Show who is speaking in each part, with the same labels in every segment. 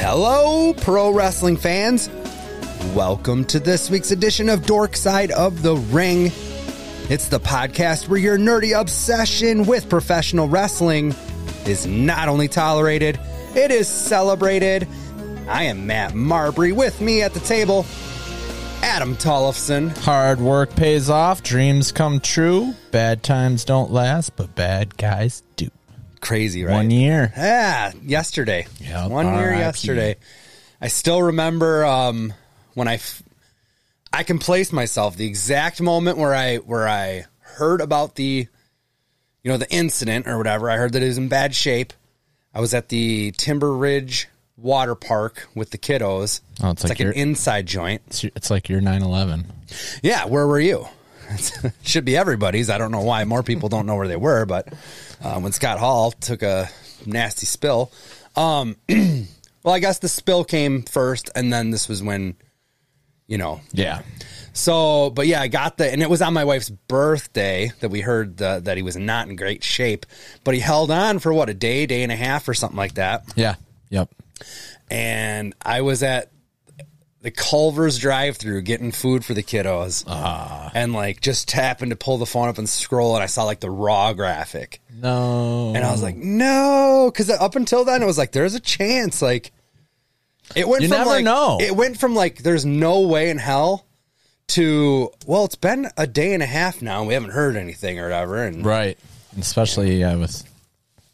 Speaker 1: Hello, pro wrestling fans. Welcome to this week's edition of Dork Side of the Ring. It's the podcast where your nerdy obsession with professional wrestling is not only tolerated, it is celebrated. I am Matt Marbury with me at the table, Adam Tollefson.
Speaker 2: Hard work pays off, dreams come true. Bad times don't last, but bad guys do.
Speaker 1: Crazy, right?
Speaker 2: One year.
Speaker 1: Yeah, yesterday.
Speaker 2: Yep,
Speaker 1: one year
Speaker 2: RIP.
Speaker 1: yesterday. I still remember um, when I, f- I can place myself the exact moment where I where I heard about the, you know, the incident or whatever. I heard that it was in bad shape. I was at the Timber Ridge Water Park with the kiddos.
Speaker 2: Oh, it's like
Speaker 1: an
Speaker 2: you're-
Speaker 1: inside joint.
Speaker 2: It's, it's like your 9 11.
Speaker 1: Yeah, where were you? Should be everybody's. I don't know why more people don't know where they were, but uh, when Scott Hall took a nasty spill, um, well, I guess the spill came first, and then this was when, you know.
Speaker 2: Yeah.
Speaker 1: So, but yeah, I got the, and it was on my wife's birthday that we heard the, that he was not in great shape, but he held on for what a day, day and a half, or something like that
Speaker 2: Yeah. Yep.
Speaker 1: and I was at the Culver's drive-through getting food for the kiddos, and like just happened to pull the phone up and scroll, and I saw like the raw graphic,
Speaker 2: No.
Speaker 1: and I was like, no, because up until then it was like there's a chance, like it went.
Speaker 2: You
Speaker 1: from,
Speaker 2: never
Speaker 1: like-
Speaker 2: know.
Speaker 1: It went from like there's no way in hell to well, it's been a day and a half now, and we haven't heard anything or whatever, and
Speaker 2: right. Especially uh, with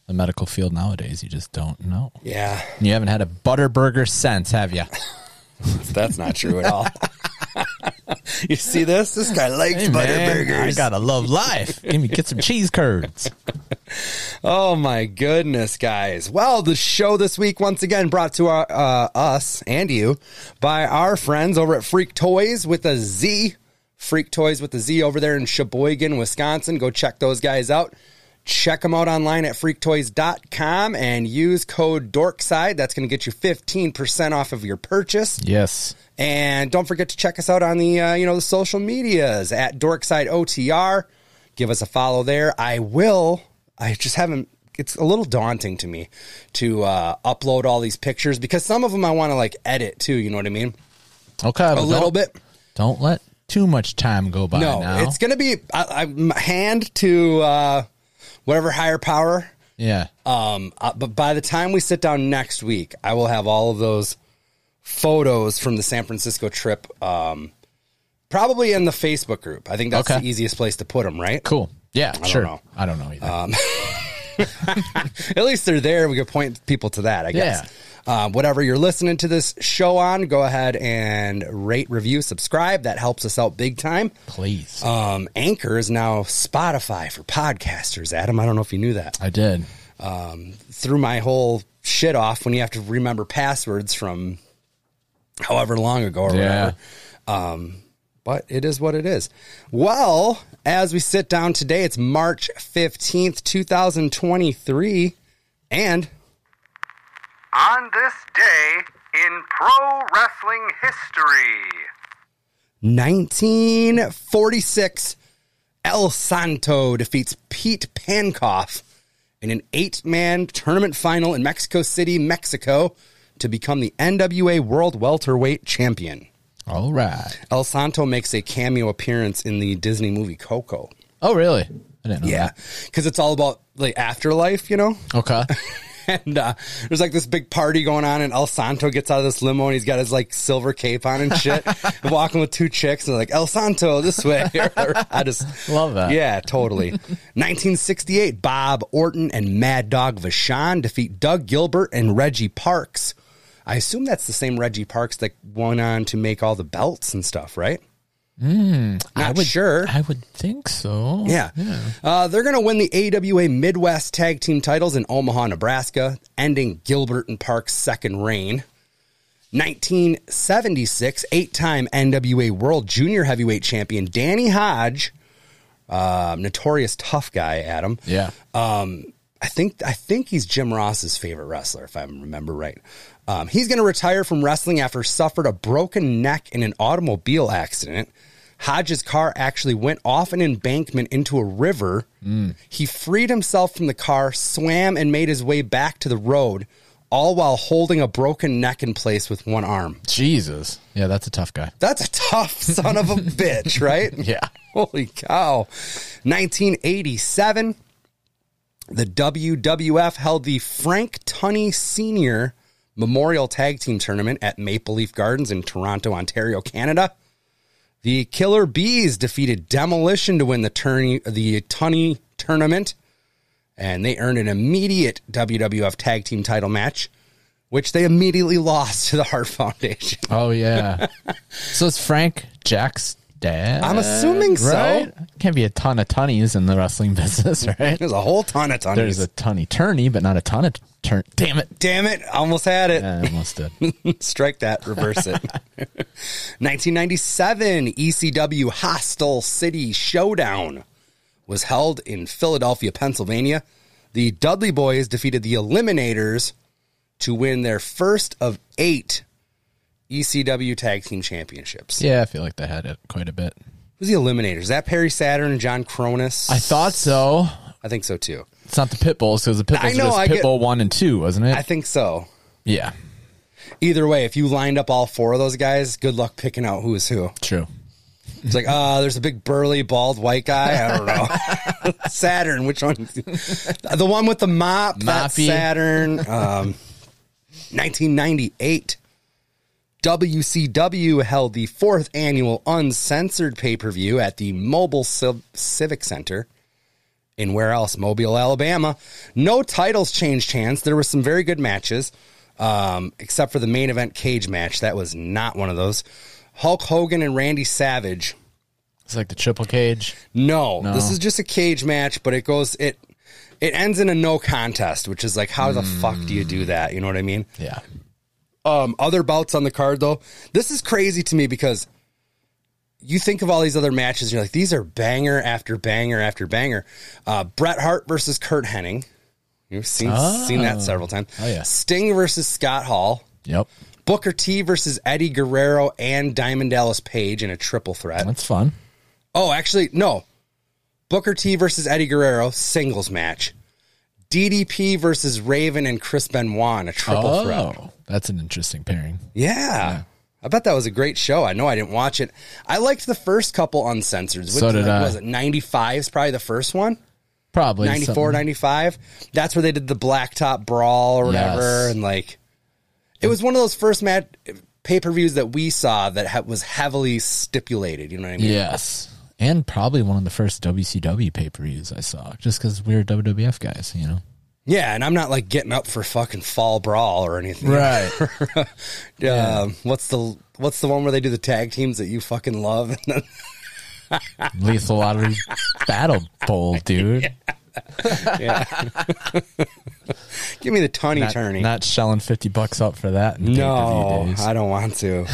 Speaker 2: the medical field nowadays, you just don't know.
Speaker 1: yeah,
Speaker 2: You haven't had a butter burger since, have you?
Speaker 1: that's not true at all. you see this? This guy likes
Speaker 2: Hey,
Speaker 1: butter
Speaker 2: man, I
Speaker 1: burgers.
Speaker 2: gotta love life. Give me get some cheese curds.
Speaker 1: Oh my goodness, guys! Well, the show this week once again brought to our, uh, us and you by our friends over at Freak Toys with a Z, Freak Toys with a Z over there in Sheboygan, Wisconsin. Go check those guys out. Check them out online at freaktoys.com and use code DorkSide. That's going to get you 15% off of your purchase.
Speaker 2: Yes.
Speaker 1: And don't forget to check us out on the uh, you know the social medias at Dorkside OTR. Give us a follow there. I will. I just haven't. It's a little daunting to me to uh, upload all these pictures because some of them I want to like edit too. You know what I mean?
Speaker 2: Okay.
Speaker 1: A little bit.
Speaker 2: Don't let too much time go by
Speaker 1: No,
Speaker 2: now.
Speaker 1: it's gonna be I, I'm hand to uh, whatever higher power.
Speaker 2: yeah.
Speaker 1: Um, uh, but by the time we sit down next week, I will have all of those photos from the San Francisco trip. Um, probably in the Facebook group. I think that's
Speaker 2: Okay.
Speaker 1: the easiest place to put them, right?
Speaker 2: Cool. Yeah, sure.
Speaker 1: know.
Speaker 2: I don't know either.
Speaker 1: At least they're there. We could point people to that, I guess. Um, whatever you're listening to this show on, go ahead and rate, review, subscribe. That helps us out big time.
Speaker 2: Please.
Speaker 1: Um, Anchor is now Spotify for podcasters, Adam. I don't know if you knew that.
Speaker 2: I did.
Speaker 1: threw my whole shit off when you have to remember passwords from however long ago or
Speaker 2: Yeah.
Speaker 1: whatever. Um, But it is what it is. Well, as we sit down today, it's March 15th, 2023. And
Speaker 3: On this day in pro wrestling history,
Speaker 1: 1946, El Santo defeats Pete Pankoff in an eight man tournament final in Mexico City, Mexico, to become the NWA World Welterweight Champion.
Speaker 2: All right.
Speaker 1: El Santo makes a cameo appearance in the Disney movie Coco.
Speaker 2: Oh, really? I didn't know
Speaker 1: Yeah, because it's all about like afterlife, you know.
Speaker 2: that. Okay.
Speaker 1: And uh, there's like this big party going on, and El Santo gets out of this limo, and he's got his like silver cape on and shit, and walking with two chicks, and they're like El Santo this way. I just
Speaker 2: Love that.
Speaker 1: Yeah, totally. 1968, Bob Orton and Mad Dog Vachon defeat Doug Gilbert and Reggie Parks. I assume that's the same Reggie Parks that went on to make all the belts and stuff, right? Not
Speaker 2: Hmm. I would,
Speaker 1: sure.
Speaker 2: I would think so.
Speaker 1: Yeah. Uh, they're going to win the AWA Midwest Tag Team titles in Omaha, Nebraska, ending Gilbert and Park's second reign. 1976, eight time NWA World Junior Heavyweight Champion Danny Hodge, uh, notorious tough guy, Adam.
Speaker 2: Yeah.
Speaker 1: Uh, I think I think he's Jim Ross's favorite wrestler, if I remember right. Um, he's going to retire from wrestling after suffered a broken neck in an automobile accident. Hodges' car actually went off an embankment into a river. He freed himself from the car, swam, and made his way back to the road, all while holding a broken neck in place with one arm.
Speaker 2: Jesus. Yeah, that's a tough guy.
Speaker 1: That's a tough son of a bitch, right?
Speaker 2: Yeah.
Speaker 1: Holy cow. 1987, the WWF held the Frank Tunney Sr. Memorial Tag Team Tournament at Maple Leaf Gardens in Toronto, Ontario, Canada. The Killer Bees defeated Demolition to win the, tourney, the Tunney tournament, and they earned an immediate WWF Tag Team title match, which they immediately lost to the Hart Foundation.
Speaker 2: Oh yeah. so it's Frank Jack's dad.
Speaker 1: I'm assuming so.
Speaker 2: right? Can't be a ton of tunnies in the wrestling business, right?
Speaker 1: There's a whole ton of Tunnies.
Speaker 2: There's a tunny tourney, but not a ton of turn. Damn it!
Speaker 1: Damn it, I almost had it.
Speaker 2: I almost did.
Speaker 1: Strike that, reverse it. 1997 ECW Hostile City Showdown was held in Philadelphia, Pennsylvania. The Dudley Boys defeated the Eliminators to win their first of eight ECW Tag Team Championships.
Speaker 2: Yeah, I feel like they had it quite a bit.
Speaker 1: Who's the Eliminators? Is that Perry Saturn and John Cronus?
Speaker 2: I thought so.
Speaker 1: I think so too.
Speaker 2: It's not the pit bulls because the pit bulls
Speaker 1: I know,
Speaker 2: was
Speaker 1: I
Speaker 2: pit
Speaker 1: get-
Speaker 2: bull one and two, wasn't it?
Speaker 1: I think so.
Speaker 2: yeah,
Speaker 1: Either way, if you lined up all four of those guys, good luck picking out who is who.
Speaker 2: true.
Speaker 1: It's like, uh, there's a big burly bald white guy. I don't know. Saturn, which one? The one with the mop. That's
Speaker 2: Moppy.
Speaker 1: Saturn. Um, 1998. WCW held the fourth annual uncensored pay per view at the Mobile Civ- Civic Center in where else? Mobile, Alabama. No titles changed hands. There were some very good matches, um, except for the main event cage match. That was not one of those. Hulk Hogan and Randy Savage.
Speaker 2: It's like the triple cage.
Speaker 1: No, this is just a cage match, but it goes it it ends in a no contest, which is like how the fuck do you do
Speaker 2: Hmm.
Speaker 1: that? You know what I mean?
Speaker 2: Yeah,
Speaker 1: Um, other bouts on the card though. This is crazy to me because you think of all these other matches, and you're like, these are banger after banger after banger. Uh, Bret Hart versus Kurt Hennig. You've seen seen that several times.
Speaker 2: Oh, yeah.
Speaker 1: Sting versus Scott Hall.
Speaker 2: yep.
Speaker 1: Booker T versus Eddie Guerrero and Diamond Dallas Page in a triple threat.
Speaker 2: That's fun.
Speaker 1: Oh, actually, no. Booker T versus Eddie Guerrero singles match. DDP versus Raven and Chris Benoit in a triple threat.
Speaker 2: Oh, that's an interesting pairing.
Speaker 1: Yeah. I bet that was a great show. I know I didn't watch it. I liked the first couple uncensored. Which,
Speaker 2: So did
Speaker 1: like,
Speaker 2: I.
Speaker 1: Was it 95 is probably the first one?
Speaker 2: Probably
Speaker 1: 94, 95? That's where they did the blacktop brawl or whatever.
Speaker 2: Yes.
Speaker 1: And like, it was one of those first mat pay per views that we saw that ha- was heavily stipulated. You know what I mean?
Speaker 2: Yes. And probably one of the first WCW pay per views I saw, just because we were WWF guys, you know?
Speaker 1: Yeah, and I'm not like getting up for fucking fall brawl or anything.
Speaker 2: Right.
Speaker 1: Um, what's the What's the one where they do the tag teams that you fucking love?
Speaker 2: Lethal Lottery Battle Bowl, dude.
Speaker 1: Give me the Tony
Speaker 2: Not,
Speaker 1: Turney.
Speaker 2: not shelling 50 bucks up for that. In
Speaker 1: no,
Speaker 2: pay-per-view days.
Speaker 1: I don't want to.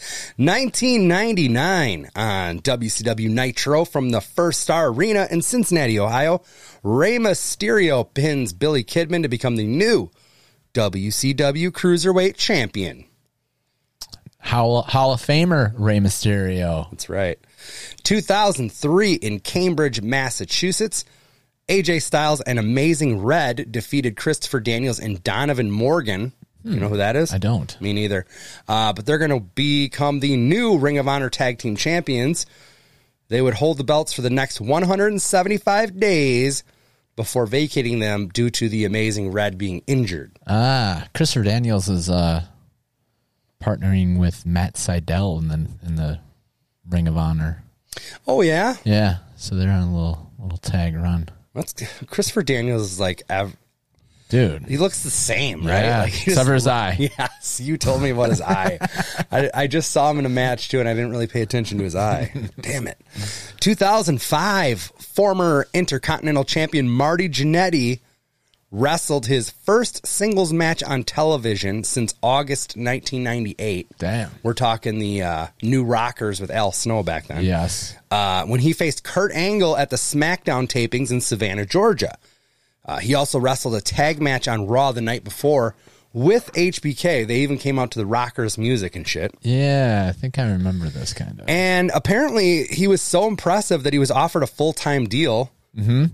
Speaker 1: 1999 on WCW Nitro from the First Star Arena in Cincinnati, Ohio. Rey Mysterio pins Billy Kidman to become the new WCW Cruiserweight Champion.
Speaker 2: Hall, Hall of Famer Rey Mysterio.
Speaker 1: That's right. 2003 in Cambridge, Massachusetts, AJ Styles and Amazing Red defeated Christopher Daniels and Donovan Morgan. You know who that is?
Speaker 2: I don't.
Speaker 1: Me neither. Uh, but they're going to become the new Ring of Honor Tag Team Champions. They would hold the belts for the next 175 days before vacating them due to the Amazing Red being injured.
Speaker 2: Ah, Christopher Daniels is uh, partnering with Matt Seidel in the, in the Ring of Honor.
Speaker 1: Oh, yeah?
Speaker 2: Yeah, so they're on a little little tag run.
Speaker 1: That's Christopher Daniels is like, ev-
Speaker 2: Dude.
Speaker 1: he looks the same, right?
Speaker 2: Yeah,
Speaker 1: Like, he just
Speaker 2: sever his eye.
Speaker 1: Yes, you told me about his eye. I, I just saw him in a match too, and I didn't really pay attention to his eye. Damn it. 2005, former Intercontinental Champion Marty Jannetty wrestled his first singles match on television since August 1998.
Speaker 2: Damn.
Speaker 1: We're talking the uh, New Rockers with Al Snow back then
Speaker 2: Yes.
Speaker 1: uh, when he faced Kurt Angle at the SmackDown tapings in Savannah, Georgia. Uh, he also wrestled a tag match on Raw the night before with HBK. They even came out to the Rockers music and shit.
Speaker 2: Yeah, I think I remember this kind of.
Speaker 1: And apparently, he was so impressive that he was offered a full time deal. Mm-hmm.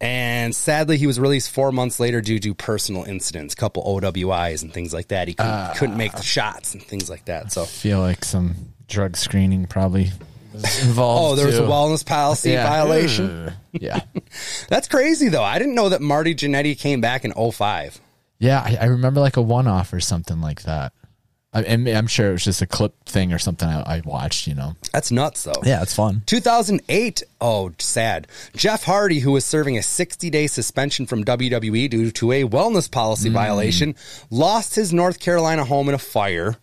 Speaker 1: And sadly, he was released four months later due to personal incidents, couple OWIs and things like that. He couldn't, couldn't make the shots and things like that. So,
Speaker 2: Feel like some drug screening probably was involved.
Speaker 1: oh, there was a
Speaker 2: too.
Speaker 1: wellness policy
Speaker 2: Yeah. Mm.
Speaker 1: violation.
Speaker 2: Yeah.
Speaker 1: That's crazy, though. I didn't know that Marty Jannetty came back in 05.
Speaker 2: Yeah, I, I remember like a one-off or something like that. I, I'm, I'm sure it was just a clip thing or something I, I watched. You know.
Speaker 1: That's nuts, though.
Speaker 2: Yeah, it's fun.
Speaker 1: 2008, oh, sad. Jeff Hardy, who was serving a 60 day suspension from WWE due to a wellness policy violation, lost his North Carolina home in a fire.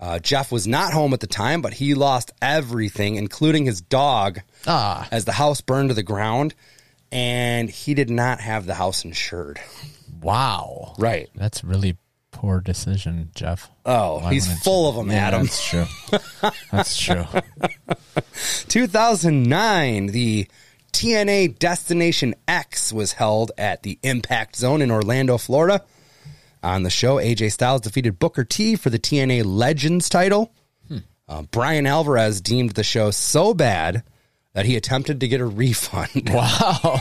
Speaker 1: Uh, Jeff was not home at the time, but he lost everything, including his dog,
Speaker 2: Ah,
Speaker 1: as the house burned to the ground, and he did not have the house insured.
Speaker 2: wow.
Speaker 1: Right.
Speaker 2: That's really poor decision, Jeff.
Speaker 1: Oh,
Speaker 2: Why
Speaker 1: he's
Speaker 2: wouldn't
Speaker 1: full
Speaker 2: you-
Speaker 1: of 'em,
Speaker 2: Yeah,
Speaker 1: Adam.
Speaker 2: That's true. That's true.
Speaker 1: 2009, the TNA Destination X was held at the Impact Zone in Orlando, Florida. On the show, AJ Styles defeated Booker T for the TNA Legends title. Uh, Brian Alvarez deemed the show so bad that he attempted to get a refund.
Speaker 2: Wow.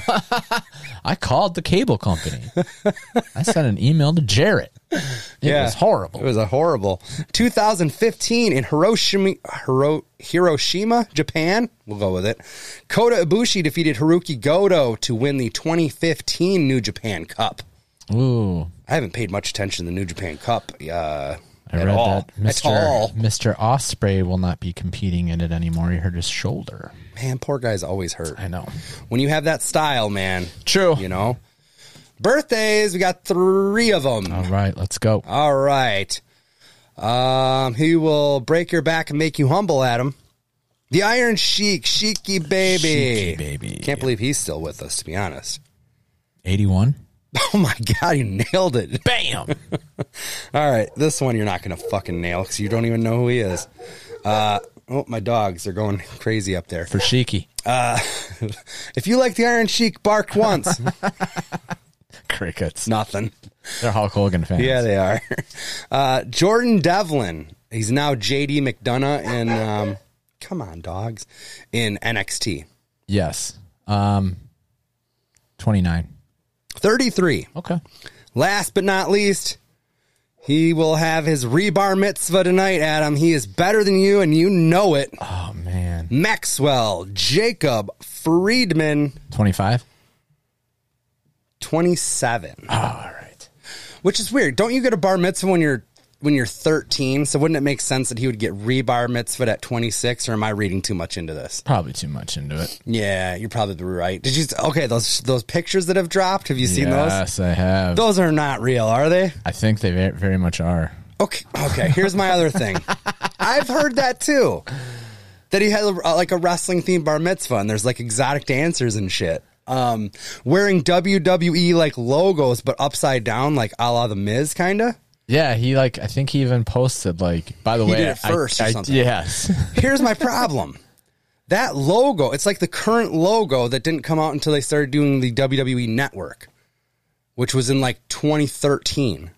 Speaker 2: I called the cable company. I sent an email to Jarrett. It was horrible.
Speaker 1: It was a horrible. 2015 in Hiroshima, Hiro, Hiroshima, Japan. We'll go with it. Kota Ibushi defeated Haruki Goto to win the 2015 New Japan Cup.
Speaker 2: Ooh.
Speaker 1: I haven't paid much attention to the New Japan Cup uh,
Speaker 2: I
Speaker 1: at
Speaker 2: read
Speaker 1: all.
Speaker 2: that Mr.
Speaker 1: At all.
Speaker 2: Mr. Osprey will not be competing in it anymore. He hurt his shoulder.
Speaker 1: Man, poor guy's always hurt.
Speaker 2: I know.
Speaker 1: When you have that style, man.
Speaker 2: True.
Speaker 1: You know? Birthdays, we got three of them.
Speaker 2: All right, let's go.
Speaker 1: All right. Um, he will break your back and make you humble, Adam. The Iron Sheik, Sheiky Baby.
Speaker 2: Sheiky Baby.
Speaker 1: Can't believe he's still with us, to be honest.
Speaker 2: 81.
Speaker 1: Oh my God, you nailed it.
Speaker 2: Bam.
Speaker 1: All right, this one you're not going to fucking nail because you don't even know who he is. Uh, oh, my dogs are going crazy up there.
Speaker 2: For Sheiky.
Speaker 1: If you like the Iron Sheik, bark once.
Speaker 2: Crickets.
Speaker 1: Nothing.
Speaker 2: They're Hulk Hogan fans.
Speaker 1: Yeah, they are. Uh, Jordan Devlin. He's now JD McDonough in, um, come on, dogs, in NXT.
Speaker 2: Yes. Um 29.
Speaker 1: 33.
Speaker 2: Okay.
Speaker 1: Last but not least, he will have his rebar mitzvah tonight, Adam. He is better than you, and you know it.
Speaker 2: Oh man.
Speaker 1: Maxwell Jacob Friedman,
Speaker 2: 25.
Speaker 1: 27.
Speaker 2: All right.
Speaker 1: Which is weird. Don't you get a bar mitzvah when you're when you're 13? So wouldn't it make sense that he would get rebar mitzvah at 26? Or am I reading too much into this?
Speaker 2: Probably too much into it.
Speaker 1: Yeah, you're probably right. Did you? Okay, those those pictures that have dropped. Have you seen those?
Speaker 2: yes, I have.
Speaker 1: Those are not real, are they?
Speaker 2: I think they very, very much are.
Speaker 1: Okay, okay. Here's my other thing. I've heard that too. That he had uh, like a wrestling themed bar mitzvah, and there's like exotic dancers and shit. Um, wearing WWE like logos, but upside down, like a la the Miz, kind of.
Speaker 2: Yeah, he like I think he even posted like by the
Speaker 1: He
Speaker 2: way
Speaker 1: did it
Speaker 2: I-
Speaker 1: first or
Speaker 2: I-
Speaker 1: something.
Speaker 2: Yes.
Speaker 1: Here's my problem. That logo, it's like the current logo that didn't come out until they started doing the WWE network, which was in like 2013.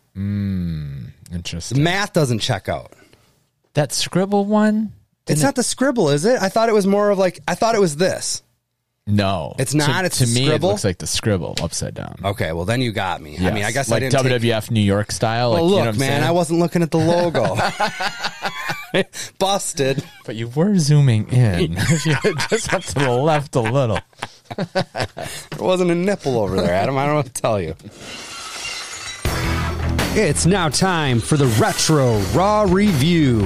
Speaker 2: Interesting.
Speaker 1: Math doesn't check out.
Speaker 2: That scribble one?
Speaker 1: It's not the scribble, is it? I thought it was more of like, I thought it was this.
Speaker 2: No.
Speaker 1: It's not,
Speaker 2: To,
Speaker 1: it's
Speaker 2: to
Speaker 1: the
Speaker 2: me
Speaker 1: scribble?
Speaker 2: it looks like the scribble upside down.
Speaker 1: Okay, well then you got me. I mean,
Speaker 2: Yes.
Speaker 1: I guess
Speaker 2: like
Speaker 1: I didn't. take-
Speaker 2: WWF New York style.
Speaker 1: Well,
Speaker 2: like, you know
Speaker 1: look,
Speaker 2: what I'm
Speaker 1: man,
Speaker 2: saying?
Speaker 1: I wasn't looking at the logo. Busted.
Speaker 2: But you were zooming in, You were just up to the left a little.
Speaker 1: There wasn't a nipple over there, Adam. I don't know what to tell you. It's now time for the Retro Raw Review.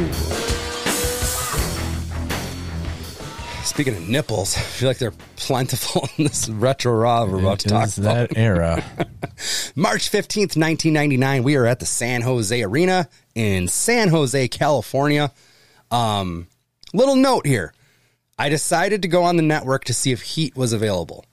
Speaker 1: Speaking of nipples, I feel like they're plentiful in this Retro Raw we're about to
Speaker 2: It
Speaker 1: talk
Speaker 2: was
Speaker 1: about.
Speaker 2: that era.
Speaker 1: March 15th, 1999, we are at the San Jose Arena in San Jose, California. Um, little note here. I decided to go on the network to see if Heat was available.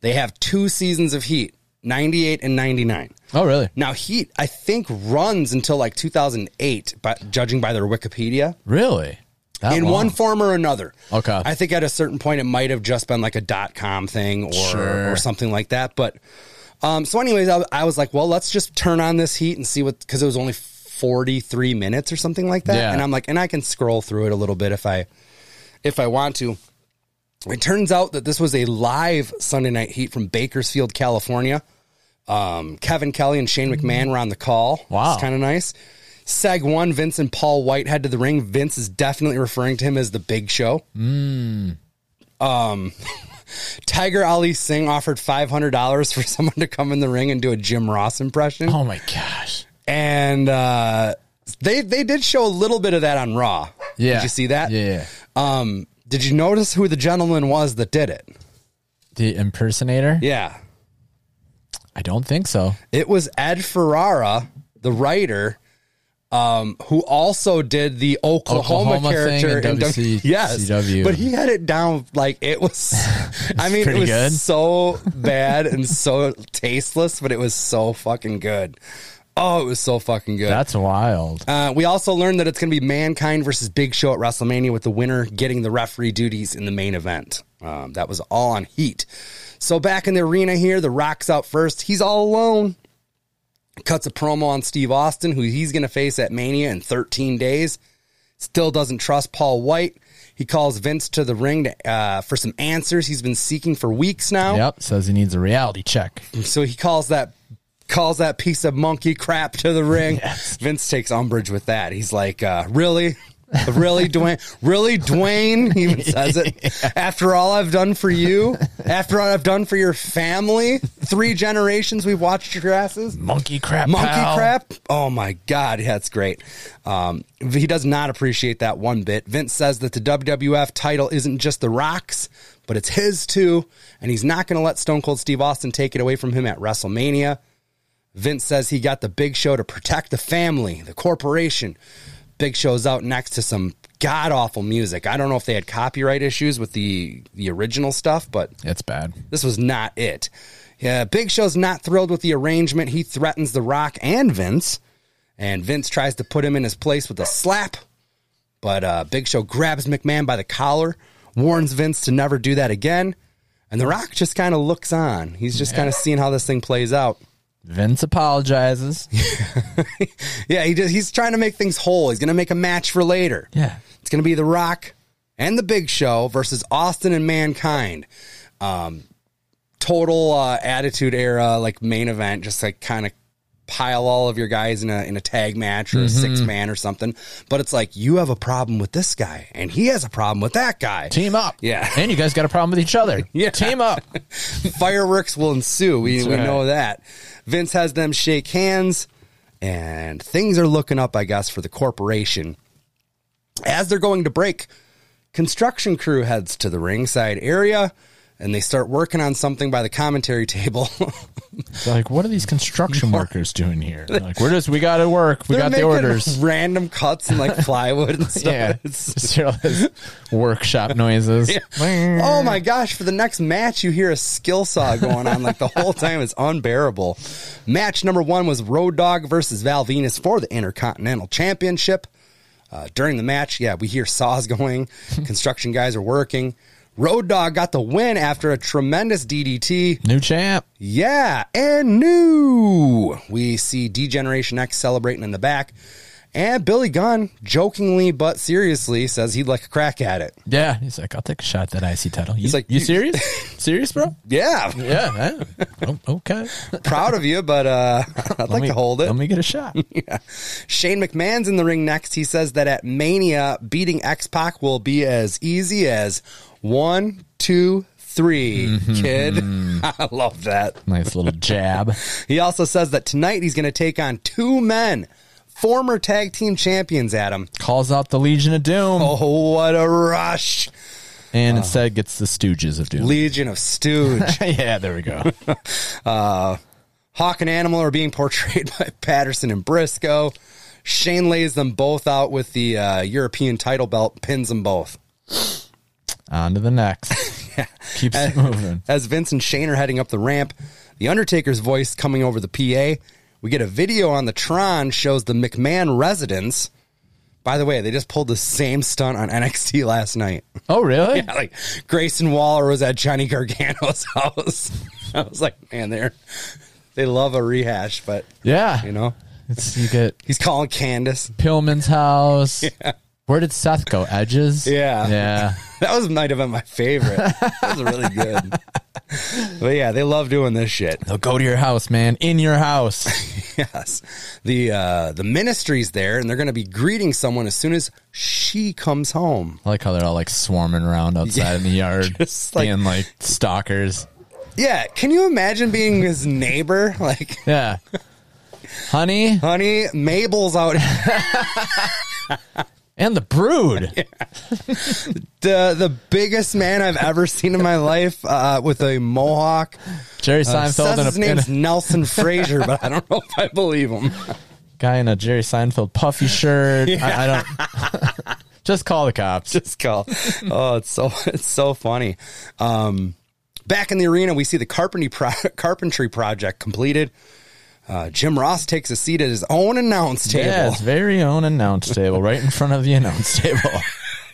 Speaker 1: They have two seasons of Heat, 98 and 99.
Speaker 2: Oh, really?
Speaker 1: Now, Heat, I think, runs until like 2008, but judging by their Wikipedia,
Speaker 2: Really? That
Speaker 1: in
Speaker 2: long?
Speaker 1: one form or another.
Speaker 2: Okay.
Speaker 1: I think at a certain point, it might have just been like a dot com thing or,
Speaker 2: Sure.
Speaker 1: or something like that. But um, so, anyways, I, I was like, well, let's just turn on this heat and see what, because it was only 43 minutes or something like that.
Speaker 2: Yeah.
Speaker 1: And I'm like, and I can scroll through it a little bit if I if I want to. It turns out that this was a live Sunday Night Heat from Bakersfield, California. Um, Kevin Kelly and Shane McMahon were on the call.
Speaker 2: Wow.
Speaker 1: It's kind of nice. Seg one, Vince and Paul White head to the ring. Vince is definitely referring to him as the big show.
Speaker 2: Hmm.
Speaker 1: Um, Tiger Ali Singh offered $500 for someone to come in the ring and do a Jim Ross impression.
Speaker 2: Oh my gosh.
Speaker 1: And uh, they, they did show a little bit of that on Raw.
Speaker 2: Yeah.
Speaker 1: Did you see that?
Speaker 2: Yeah.
Speaker 1: Um, did you notice who the gentleman was that did it?
Speaker 2: The impersonator?
Speaker 1: Yeah.
Speaker 2: I don't think so.
Speaker 1: It was Ed Ferrara, the writer, um, who also did the Oklahoma,
Speaker 2: Oklahoma thing
Speaker 1: character
Speaker 2: in
Speaker 1: in
Speaker 2: WC
Speaker 1: yes,
Speaker 2: CW.
Speaker 1: but he had it down like it was. I mean, it
Speaker 2: pretty
Speaker 1: was
Speaker 2: good.
Speaker 1: so bad and so tasteless, but it was so fucking good. Oh, it was so fucking good.
Speaker 2: That's wild.
Speaker 1: Uh, we also learned that it's going to be Mankind versus Big Show at WrestleMania with the winner getting the referee duties in the main event. Um, that was all on Heat. So back in the arena here, The Rock's out first. He's all alone. Cuts a promo on Steve Austin, who he's going to face at Mania in 13 days. Still doesn't trust Paul White. He calls Vince to the ring to, uh, for some answers he's been seeking for weeks now.
Speaker 2: Yep. Says he needs a reality check.
Speaker 1: So he calls that calls that piece of monkey crap to the ring. Vince takes umbrage with that. He's like, uh, really? really, Dwayne? Really, Dwayne? He even says it. After all I've done for you, after all I've done for your family, three generations we've watched your asses.
Speaker 2: Monkey crap.
Speaker 1: Monkey
Speaker 2: pal.
Speaker 1: crap? Oh my God, yeah, that's great. Um, he does not appreciate that one bit. Vince says that the WWF title isn't just The Rock's, but it's his too, and he's not going to let Stone Cold Steve Austin take it away from him at WrestleMania. Vince says he got the big show to protect the family, the corporation. Big Show's out next to some god awful music. I don't know if they had copyright issues with the the original stuff, but
Speaker 2: It's bad.
Speaker 1: this was not it. Yeah, Big Show's not thrilled with the arrangement. He threatens The Rock and Vince, and Vince tries to put him in his place with a slap. But uh, Big Show grabs McMahon by the collar, warns Vince to never do that again, and The Rock just kind of looks on. He's just kind of seeing how this thing plays out.
Speaker 2: Vince apologizes.
Speaker 1: Yeah, he just, he's trying to make things whole. He's going to make a match for later.
Speaker 2: Yeah.
Speaker 1: It's going to be The Rock and The Big Show versus Austin and Mankind. Um, total uh, Attitude Era, like main event, just like kind of pile all of your guys in a in a tag match or a six man or something. But it's like you have a problem with this guy, and he has a problem with that guy.
Speaker 2: Team up.
Speaker 1: Yeah.
Speaker 2: And you guys got a problem with each other.
Speaker 1: Yeah.
Speaker 2: Team up.
Speaker 1: Fireworks will ensue. We,
Speaker 2: That's
Speaker 1: we
Speaker 2: right.
Speaker 1: know that. Vince has them shake hands, and things are looking up, I guess, for the corporation. As they're going to break, construction crew heads to the ringside area, and they start working on something by the commentary table.
Speaker 2: They're like, what are these construction workers doing here? They're like, we're just, we got to work. We
Speaker 1: They're
Speaker 2: got the
Speaker 1: making
Speaker 2: orders.
Speaker 1: Random cuts and like plywood and stuff.
Speaker 2: Yeah.
Speaker 1: It's-
Speaker 2: Just hear all this workshop noises.
Speaker 1: Oh my gosh, for the next match, you hear a skill saw going on like the whole time. It's unbearable. Match number one was Road Dog versus Val Venus for the Intercontinental Championship. Uh, during the match, yeah, we hear saws going, construction guys are working. Road Dog got the win after a tremendous DDT.
Speaker 2: New champ.
Speaker 1: Yeah, and new. We see Degeneration X celebrating in the back. And Billy Gunn, jokingly but seriously, says he'd like a crack at it.
Speaker 2: Yeah. He's like, I'll take a shot at that IC title. He's
Speaker 1: like,
Speaker 2: like, you,
Speaker 1: you-
Speaker 2: serious? serious, bro?
Speaker 1: Yeah,
Speaker 2: Yeah. yeah. Oh, okay.
Speaker 1: proud of you, but uh, I'd like
Speaker 2: me,
Speaker 1: to hold it.
Speaker 2: Let me get a shot.
Speaker 1: Shane McMahon's in the ring next. He says that at Mania, beating X Pac will be as easy as one, two, three,
Speaker 2: Mm-hmm.
Speaker 1: kid. I love that.
Speaker 2: nice little jab.
Speaker 1: He also says that tonight he's going to take on two men, former tag team champions, Adam.
Speaker 2: Calls out the Legion of Doom
Speaker 1: Oh, what a rush.
Speaker 2: and
Speaker 1: Uh-huh.
Speaker 2: instead gets the Stooges of Doom.
Speaker 1: Legion of Stooge.
Speaker 2: yeah, there we go.
Speaker 1: Hawk and Animal are being portrayed by Patterson and Briscoe. Shane lays them both out with the uh, European title belt, pins them both.
Speaker 2: On to the next. Keeps it moving.
Speaker 1: As Vince and Shane are heading up the ramp, The Undertaker's voice coming over the PA. We get a video on the Tron shows the McMahon residence. By the way, they just pulled the same stunt on NXT last night.
Speaker 2: Oh, really?
Speaker 1: Like Grayson Waller was at Johnny Gargano's house. I was like, man, they're they love a rehash, but
Speaker 2: Yeah.
Speaker 1: you know,
Speaker 2: It's, you get
Speaker 1: he's calling Candace.
Speaker 2: Pillman's house. Where did Seth go? Edges?
Speaker 1: Yeah.
Speaker 2: Yeah.
Speaker 1: That was might have been my favorite. That was really good. But yeah, they love doing this shit.
Speaker 2: They'll go to your house, man. In your house.
Speaker 1: Yes. The uh the ministry's there and they're gonna be greeting someone as soon as she comes home.
Speaker 2: I like how they're all like swarming around outside in the yard,
Speaker 1: Just, like-
Speaker 2: being like stalkers.
Speaker 1: Yeah, can you imagine being his neighbor? Like,
Speaker 2: Yeah. Honey
Speaker 1: honey, Mabel's out.
Speaker 2: and the brood.
Speaker 1: The the biggest man I've ever seen in my life uh, with a mohawk.
Speaker 2: Jerry
Speaker 1: Says
Speaker 2: Seinfeld
Speaker 1: Uh, his
Speaker 2: and a, and
Speaker 1: name's
Speaker 2: a
Speaker 1: Nelson Fraser, but I don't know if I believe him.
Speaker 2: guy in a Jerry Seinfeld puffy shirt. I, I don't. Just call the cops.
Speaker 1: Just call. Oh, it's so it's so funny. Um, back in the arena, we see the carpentry pro- carpentry project completed. Uh, Jim Ross takes a seat at his own announce table.
Speaker 2: Yeah, it's very own announce table, right in front of the announce table.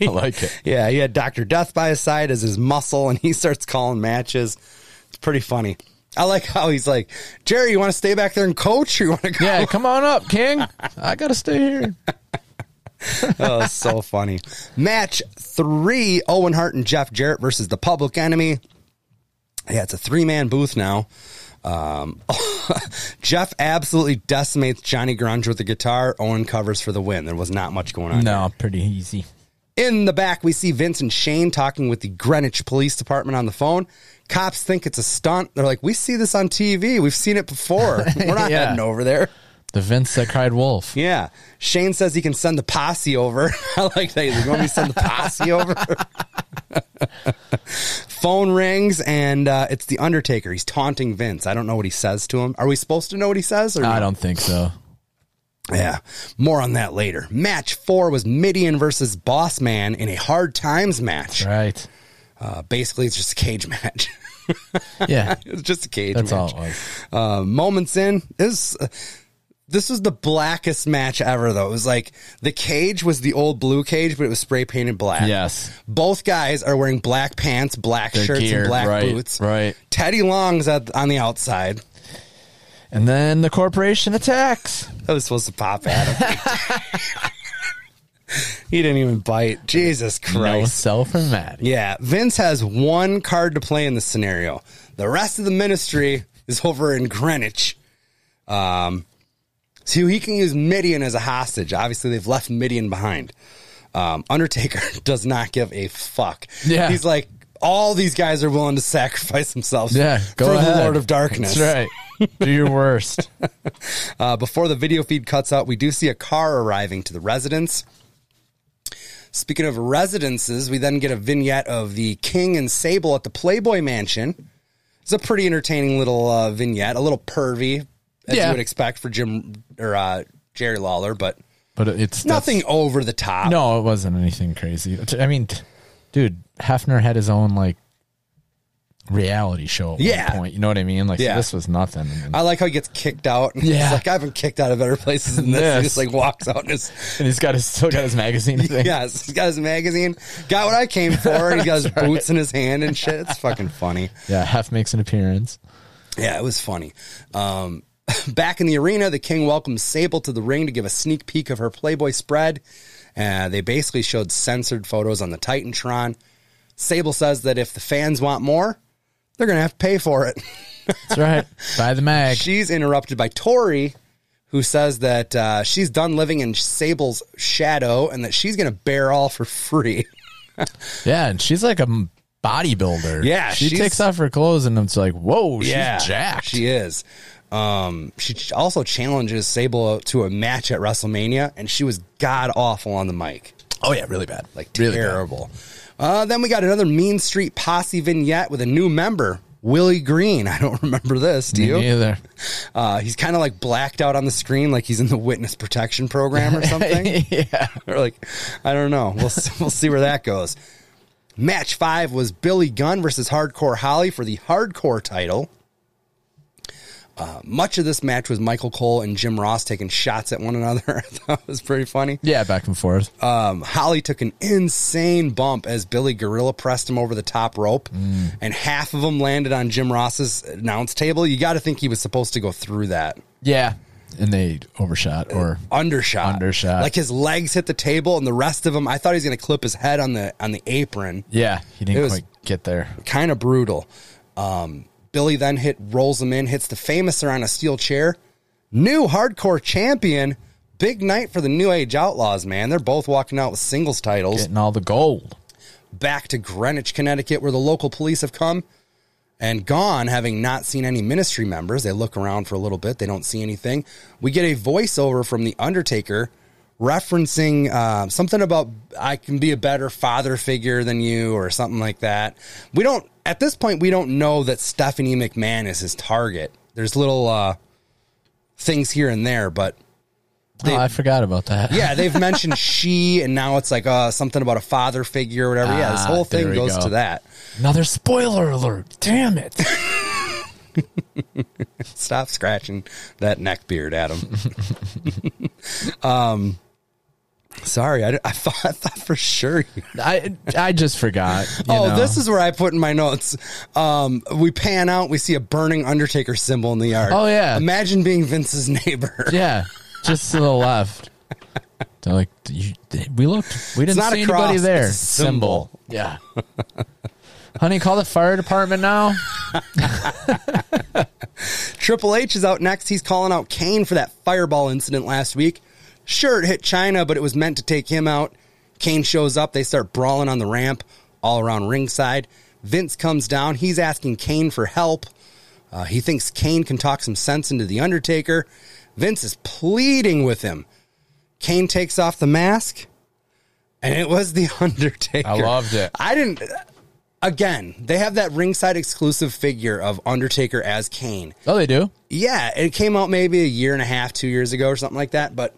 Speaker 2: I like it.
Speaker 1: Yeah, he had Dr. Death by his side as his muscle, and he starts calling matches. It's pretty funny. I like how he's like, Jerry, you want to stay back there and coach? Or you want to go?
Speaker 2: Yeah, come on up, King. I gotta stay here.
Speaker 1: oh, so funny. Match three Owen Hart and Jeff Jarrett versus the public enemy. Yeah, it's a three man booth now. Um, Jeff absolutely decimates Johnny Grunge with the guitar. Owen covers for the win. There was not much going on.
Speaker 2: No, pretty easy.
Speaker 1: In the back, we see Vince and Shane talking with the Greenwich Police Department on the phone. Cops think it's a stunt. They're like, "We see this on TV. We've seen it before. We're not
Speaker 2: Yeah.
Speaker 1: heading over there."
Speaker 2: The Vince that cried wolf.
Speaker 1: Yeah. Shane says he can send the posse over. I like that. He's like, "Want me to send the posse over?" phone rings, and uh, it's the Undertaker. He's taunting Vince. I don't know what he says to him. Are we supposed to know what he says? Or
Speaker 2: I
Speaker 1: no?
Speaker 2: don't think so.
Speaker 1: Yeah, more on that later. Match four was Midian versus Boss Man in a Hard Times match.
Speaker 2: Right.
Speaker 1: Uh, basically, it's just a cage match.
Speaker 2: Yeah.
Speaker 1: it's just a cage
Speaker 2: That's all
Speaker 1: match.
Speaker 2: it was.
Speaker 1: Uh, moments in, this uh, this was the blackest match ever. Though it was like the cage was the old blue cage, but it was spray painted black.
Speaker 2: Yes.
Speaker 1: Both guys are wearing black pants, black
Speaker 2: Their
Speaker 1: shirts,
Speaker 2: gear,
Speaker 1: and black
Speaker 2: right,
Speaker 1: boots.
Speaker 2: right.
Speaker 1: Teddy Long's at, on the outside.
Speaker 2: And then the corporation attacks.
Speaker 1: That Oh, was supposed to pop at him. he didn't even bite. Jesus
Speaker 2: No
Speaker 1: Christ.
Speaker 2: cell for Matt.
Speaker 1: Yeah, Vince has one card to play in this scenario. The rest of the ministry is over in Greenwich. Um, so he can use Midian as a hostage. Obviously, they've left Midian behind. Um, Undertaker does not give a fuck.
Speaker 2: Yeah.
Speaker 1: He's like, all these guys are willing to sacrifice themselves
Speaker 2: Yeah. Go
Speaker 1: for
Speaker 2: ahead.
Speaker 1: the Lord of Darkness.
Speaker 2: That's right. Do your worst.
Speaker 1: Uh, before the video feed cuts out, we do see a car arriving to the residence. Speaking of residences, we then get a vignette of the King and Sable at the Playboy Mansion. It's a pretty entertaining little uh, vignette, a little pervy, as
Speaker 2: Yeah.
Speaker 1: you would expect for Jim or uh, Jerry Lawler, but
Speaker 2: But it's that's-
Speaker 1: nothing over the top.
Speaker 2: No, it wasn't anything crazy. I mean, t- dude, Hefner had his own like reality show at
Speaker 1: Yeah.
Speaker 2: one point. You know what I mean? Like so
Speaker 1: Yeah.
Speaker 2: this was nothing.
Speaker 1: I like how he gets kicked out. And
Speaker 2: Yeah.
Speaker 1: He's like, I've been kicked out of better places than this. He
Speaker 2: Yes.
Speaker 1: just like walks out and is
Speaker 2: And he's got his still got his magazine thing.
Speaker 1: Yes, he's got his magazine, got what I came for. He's got his boots in his hand and shit. It's fucking funny.
Speaker 2: Yeah, Hef makes an appearance.
Speaker 1: Yeah, it was funny. Um, back in the arena, the king welcomes Sable to the ring to give a sneak peek of her Playboy spread. Uh, they basically showed censored photos on the Titantron. Sable says that if the fans want more, they're going to have to pay for it.
Speaker 2: That's right. Buy the mag.
Speaker 1: She's interrupted by Tori, who says that uh, she's done living in Sable's shadow and that she's going to bear all for free.
Speaker 2: Yeah, and she's like a m- bodybuilder.
Speaker 1: Yeah,
Speaker 2: she
Speaker 1: she's-
Speaker 2: takes off her clothes and it's like, whoa, she's jacked.
Speaker 1: She is. Um, she ch- also challenges Sable to a match at WrestleMania, and she was god awful on the mic,
Speaker 2: oh yeah, really bad.
Speaker 1: like
Speaker 2: really bad.
Speaker 1: terrible. Uh, then we got another Mean Street Posse vignette with a new member, Willie Green. I don't remember this. Do
Speaker 2: Me
Speaker 1: you?
Speaker 2: neither.
Speaker 1: Uh, he's kind of like blacked out on the screen, like he's in the witness protection program or something.
Speaker 2: yeah.
Speaker 1: or like, I don't know. We'll s- we'll see where that goes. Match five was Billy Gunn versus Hardcore Holly for the Hardcore title. Uh, much of this match was Michael Cole and Jim Ross taking shots at one another. I thought it was pretty funny.
Speaker 2: Yeah, back and forth.
Speaker 1: Um, Holly took an insane bump as Billy Gorilla pressed him over the top rope, and half of them landed on Jim Ross's announce table. You got to think he was supposed to go through that.
Speaker 2: yeah. and they overshot or
Speaker 1: undershot.
Speaker 2: Undershot.
Speaker 1: Like his legs hit the table, and the rest of him. I thought he was going to clip his head on the on the apron.
Speaker 2: yeah, he didn't
Speaker 1: It was-
Speaker 2: quite get there.
Speaker 1: Kind of brutal. Um, Billy then hit rolls him in, hits the famouser on a steel chair. New hardcore champion. Big night for the New Age Outlaws, man. They're both walking out with singles titles.
Speaker 2: Getting all the gold.
Speaker 1: back to Greenwich, Connecticut, where the local police have come and gone, having not seen any ministry members. They look around for a little bit, they don't see anything. We get a voiceover from The Undertaker referencing uh, something about I can be a better father figure than you or something like that. We don't, at this point, we don't know that Stephanie McMahon is his target. There's little uh, things here and there, but They-
Speaker 2: oh, I forgot about that.
Speaker 1: yeah, they've mentioned she, and now it's like uh, something about a father figure or whatever. yeah, this
Speaker 2: Ah,
Speaker 1: whole
Speaker 2: there
Speaker 1: thing
Speaker 2: we
Speaker 1: goes
Speaker 2: go.
Speaker 1: to that.
Speaker 2: Another spoiler alert. Damn it.
Speaker 1: Stop scratching that neck beard, Adam. um, sorry, I, I, thought, I thought for sure. you-
Speaker 2: I I just forgot. you
Speaker 1: oh,
Speaker 2: know.
Speaker 1: this is where I put in my notes. Um, we pan out, we see a burning Undertaker symbol in the yard.
Speaker 2: Oh, yeah.
Speaker 1: imagine being Vince's neighbor.
Speaker 2: yeah, just to the left. They're like, you, we looked, we didn't
Speaker 1: not
Speaker 2: see
Speaker 1: a cross,
Speaker 2: anybody there.
Speaker 1: it's a symbol.
Speaker 2: Yeah. Honey, call the fire department now.
Speaker 1: Triple H is out next. He's calling out Kane for that fireball incident last week. Sure, it hit China, but it was meant to take him out. Kane shows up. They start brawling on the ramp, all around ringside. Vince comes down. He's asking Kane for help. Uh, he thinks Kane can talk some sense into The Undertaker. Vince is pleading with him. Kane takes off the mask, and it was The Undertaker.
Speaker 2: I loved it.
Speaker 1: I didn't. Again, they have that ringside exclusive figure of Undertaker as Kane.
Speaker 2: Oh, they do.
Speaker 1: Yeah, it came out maybe a year and a half, two years ago or something like that. But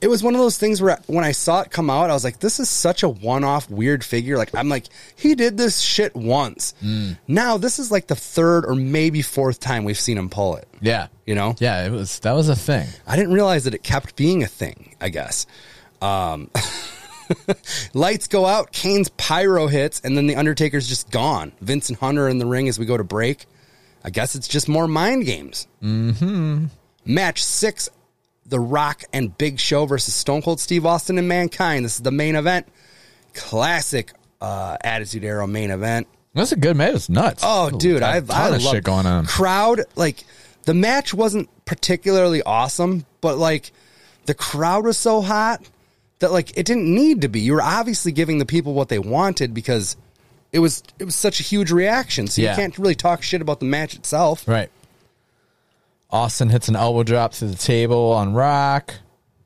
Speaker 1: it was one of those things where when I saw it come out, I was like, this is such a one off weird figure. Like, I'm like, he did this shit once. Now, this is like the third or maybe fourth time we've seen him pull it.
Speaker 2: Yeah,
Speaker 1: You know?
Speaker 2: yeah. It was that was a thing.
Speaker 1: I didn't realize that it kept being a thing, I guess. Um, lights go out, Kane's pyro hits, and then The Undertaker's just gone. Vince and Hunter are in the ring as we go to break. I guess it's just more mind games. Mm-hmm. Match six The Rock and Big Show versus Stone Cold Steve Austin and Mankind. This is the main event. Classic uh, Attitude Era main event.
Speaker 2: That's a good match. It was nuts.
Speaker 1: Oh, dude,
Speaker 2: a
Speaker 1: I've
Speaker 2: ton
Speaker 1: I
Speaker 2: of
Speaker 1: love
Speaker 2: shit going on.
Speaker 1: Crowd like the match wasn't particularly awesome, but like the crowd was so hot that like it didn't need to be. You were obviously giving the people what they wanted because it was it was such a huge reaction. So
Speaker 2: Yeah.
Speaker 1: you can't really talk shit about the match itself.
Speaker 2: Right. Austin hits an elbow drop through the table on Rock.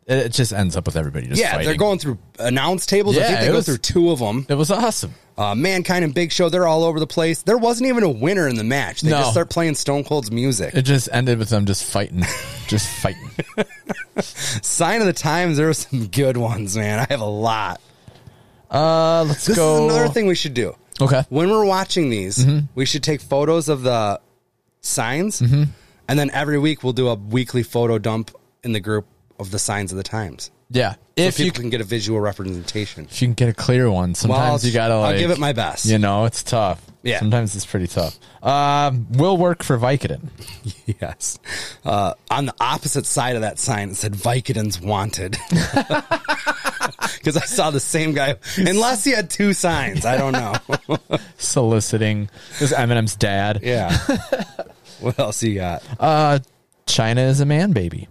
Speaker 2: It, it just ends up with everybody just
Speaker 1: Yeah,
Speaker 2: fighting.
Speaker 1: they're going through announce tables. I
Speaker 2: Yeah,
Speaker 1: think they
Speaker 2: it
Speaker 1: go
Speaker 2: was-
Speaker 1: through two of them.
Speaker 2: It was awesome.
Speaker 1: Uh, Mankind and Big Show, they're all over the place. There wasn't even a winner in the match. They
Speaker 2: No.
Speaker 1: just start playing Stone Cold's music.
Speaker 2: It just ended with them just fighting, just fighting.
Speaker 1: Sign of the times, there were some good ones, man. I have a lot.
Speaker 2: Uh, let's
Speaker 1: This
Speaker 2: go. Mm-hmm.
Speaker 1: is another thing we should do.
Speaker 2: Okay.
Speaker 1: When we're watching these, we should take photos of the signs,
Speaker 2: Mm-hmm.
Speaker 1: and then every week we'll do a weekly photo dump in the group of the signs of the times.
Speaker 2: Yeah.
Speaker 1: So
Speaker 2: If
Speaker 1: people
Speaker 2: you
Speaker 1: can get a visual representation.
Speaker 2: if you can get a clear one, sometimes
Speaker 1: I'll-
Speaker 2: you gotta
Speaker 1: I'll
Speaker 2: like
Speaker 1: give it my best.
Speaker 2: You know, it's tough.
Speaker 1: Yeah.
Speaker 2: Sometimes it's pretty tough. Um, will work for Vicodin.
Speaker 1: Yes. Uh, on the opposite side of that sign, it said Vicodin's wanted. Because I saw the same guy, unless he had two signs. I don't know.
Speaker 2: Soliciting this is Eminem's dad.
Speaker 1: yeah. what else you got?
Speaker 2: Uh, China is a man baby.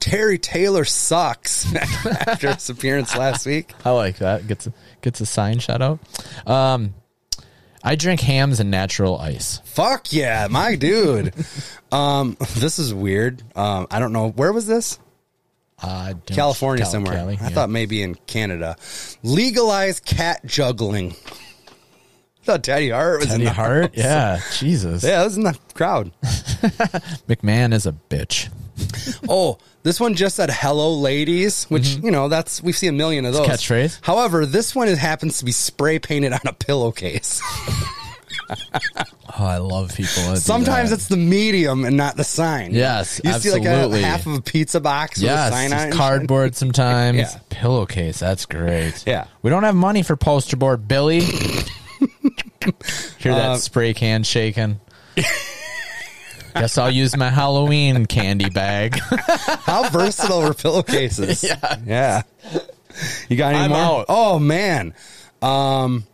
Speaker 1: Terry Taylor sucks after his appearance last week.
Speaker 2: I like that. Gets a, gets a sign shout out. Um, I drink hams and natural ice.
Speaker 1: Fuck yeah, my dude. um, this is weird. Um, I don't know where was this?
Speaker 2: Uh, don't-
Speaker 1: California
Speaker 2: Cal-
Speaker 1: somewhere.
Speaker 2: Cali,
Speaker 1: I
Speaker 2: yeah.
Speaker 1: thought maybe in Canada. Legalize cat juggling. I thought Teddy Hart was in
Speaker 2: Teddy
Speaker 1: the
Speaker 2: Hart. Yeah, Jesus.
Speaker 1: Yeah, that was in the crowd.
Speaker 2: McMahon is a bitch.
Speaker 1: oh, this one just said "Hello, ladies," which you know that's we see a million of those
Speaker 2: Mm-hmm. a catchphrase.
Speaker 1: However, this one is, happens to be spray painted on a pillowcase.
Speaker 2: Oh, I love people. that do
Speaker 1: Sometimes
Speaker 2: that.
Speaker 1: it's the medium and not the sign.
Speaker 2: Yes,
Speaker 1: you see like a
Speaker 2: absolutely.
Speaker 1: half of a pizza box
Speaker 2: Yes,
Speaker 1: with a sign
Speaker 2: it's
Speaker 1: on it. and
Speaker 2: cardboard sometimes.
Speaker 1: Yeah.
Speaker 2: Pillowcase, that's great.
Speaker 1: Yeah.
Speaker 2: We don't have money for poster board, Billy.
Speaker 1: Uh,
Speaker 2: Hear that spray can shaking. Guess I'll use my Halloween candy bag.
Speaker 1: How versatile were pillowcases? Yeah. You got any
Speaker 2: I'm
Speaker 1: more?
Speaker 2: out.
Speaker 1: Oh man. Um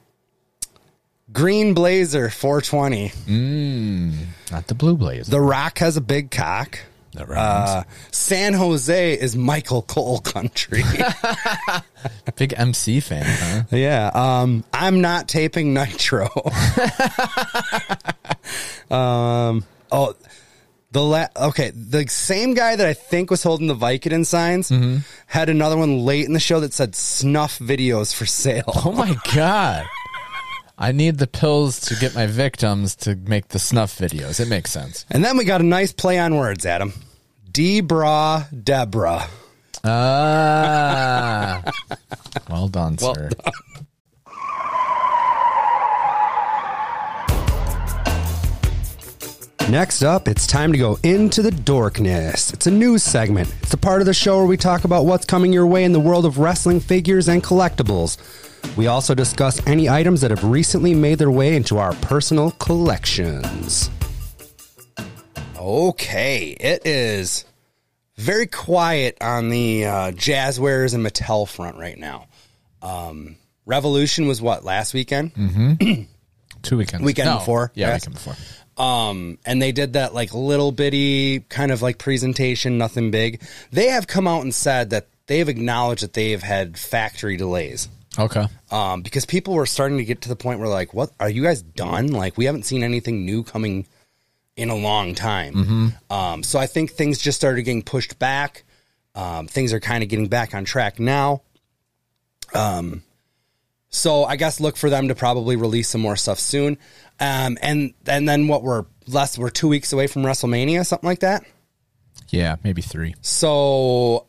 Speaker 1: Green Blazer 420.
Speaker 2: Not the blue blaze.
Speaker 1: The Rock has a big cock.
Speaker 2: that rhymes.
Speaker 1: Uh, San Jose is Michael Cole country. uh,
Speaker 2: Big MC fan, huh?
Speaker 1: yeah. Um, I'm not taping Nitro. um, oh, the la- okay. The same guy that I think was holding the Vicodin signs had another one late in the show that said "snuff videos for sale."
Speaker 2: Oh my god. I need the pills to get my victims to make the snuff videos. It makes sense.
Speaker 1: And then we got a nice play on words, Adam. Debra Debra.
Speaker 2: Ah. well done,
Speaker 1: Well
Speaker 2: sir.
Speaker 1: Next up, it's time to go into the dorkness. It's a news segment. It's the part of the show where we talk about what's coming your way in the world of wrestling figures and collectibles. We also discuss any items that have recently made their way into our personal collections. Okay, it is very quiet on the uh, Jazzwares and Mattel front right now. Um, Revolution was what last weekend?
Speaker 2: Two weekends.
Speaker 1: Weekend
Speaker 2: No.
Speaker 1: before,
Speaker 2: Yeah,
Speaker 1: yes.
Speaker 2: weekend before.
Speaker 1: Um, and they did that like little bitty kind of like presentation, nothing big. They have come out and said that they've acknowledged that they've had factory delays.
Speaker 2: Okay.
Speaker 1: Um, because people were starting to get to the point where like, what are you guys done? Like we haven't seen anything new coming in a long time. Um, so I think things just started getting pushed back. Um, things are kind of getting back on track now. Um, so I guess look for them to probably release some more stuff soon. Um, and and then what we're less we're two weeks away from WrestleMania, something like that.
Speaker 2: Yeah, maybe three.
Speaker 1: So.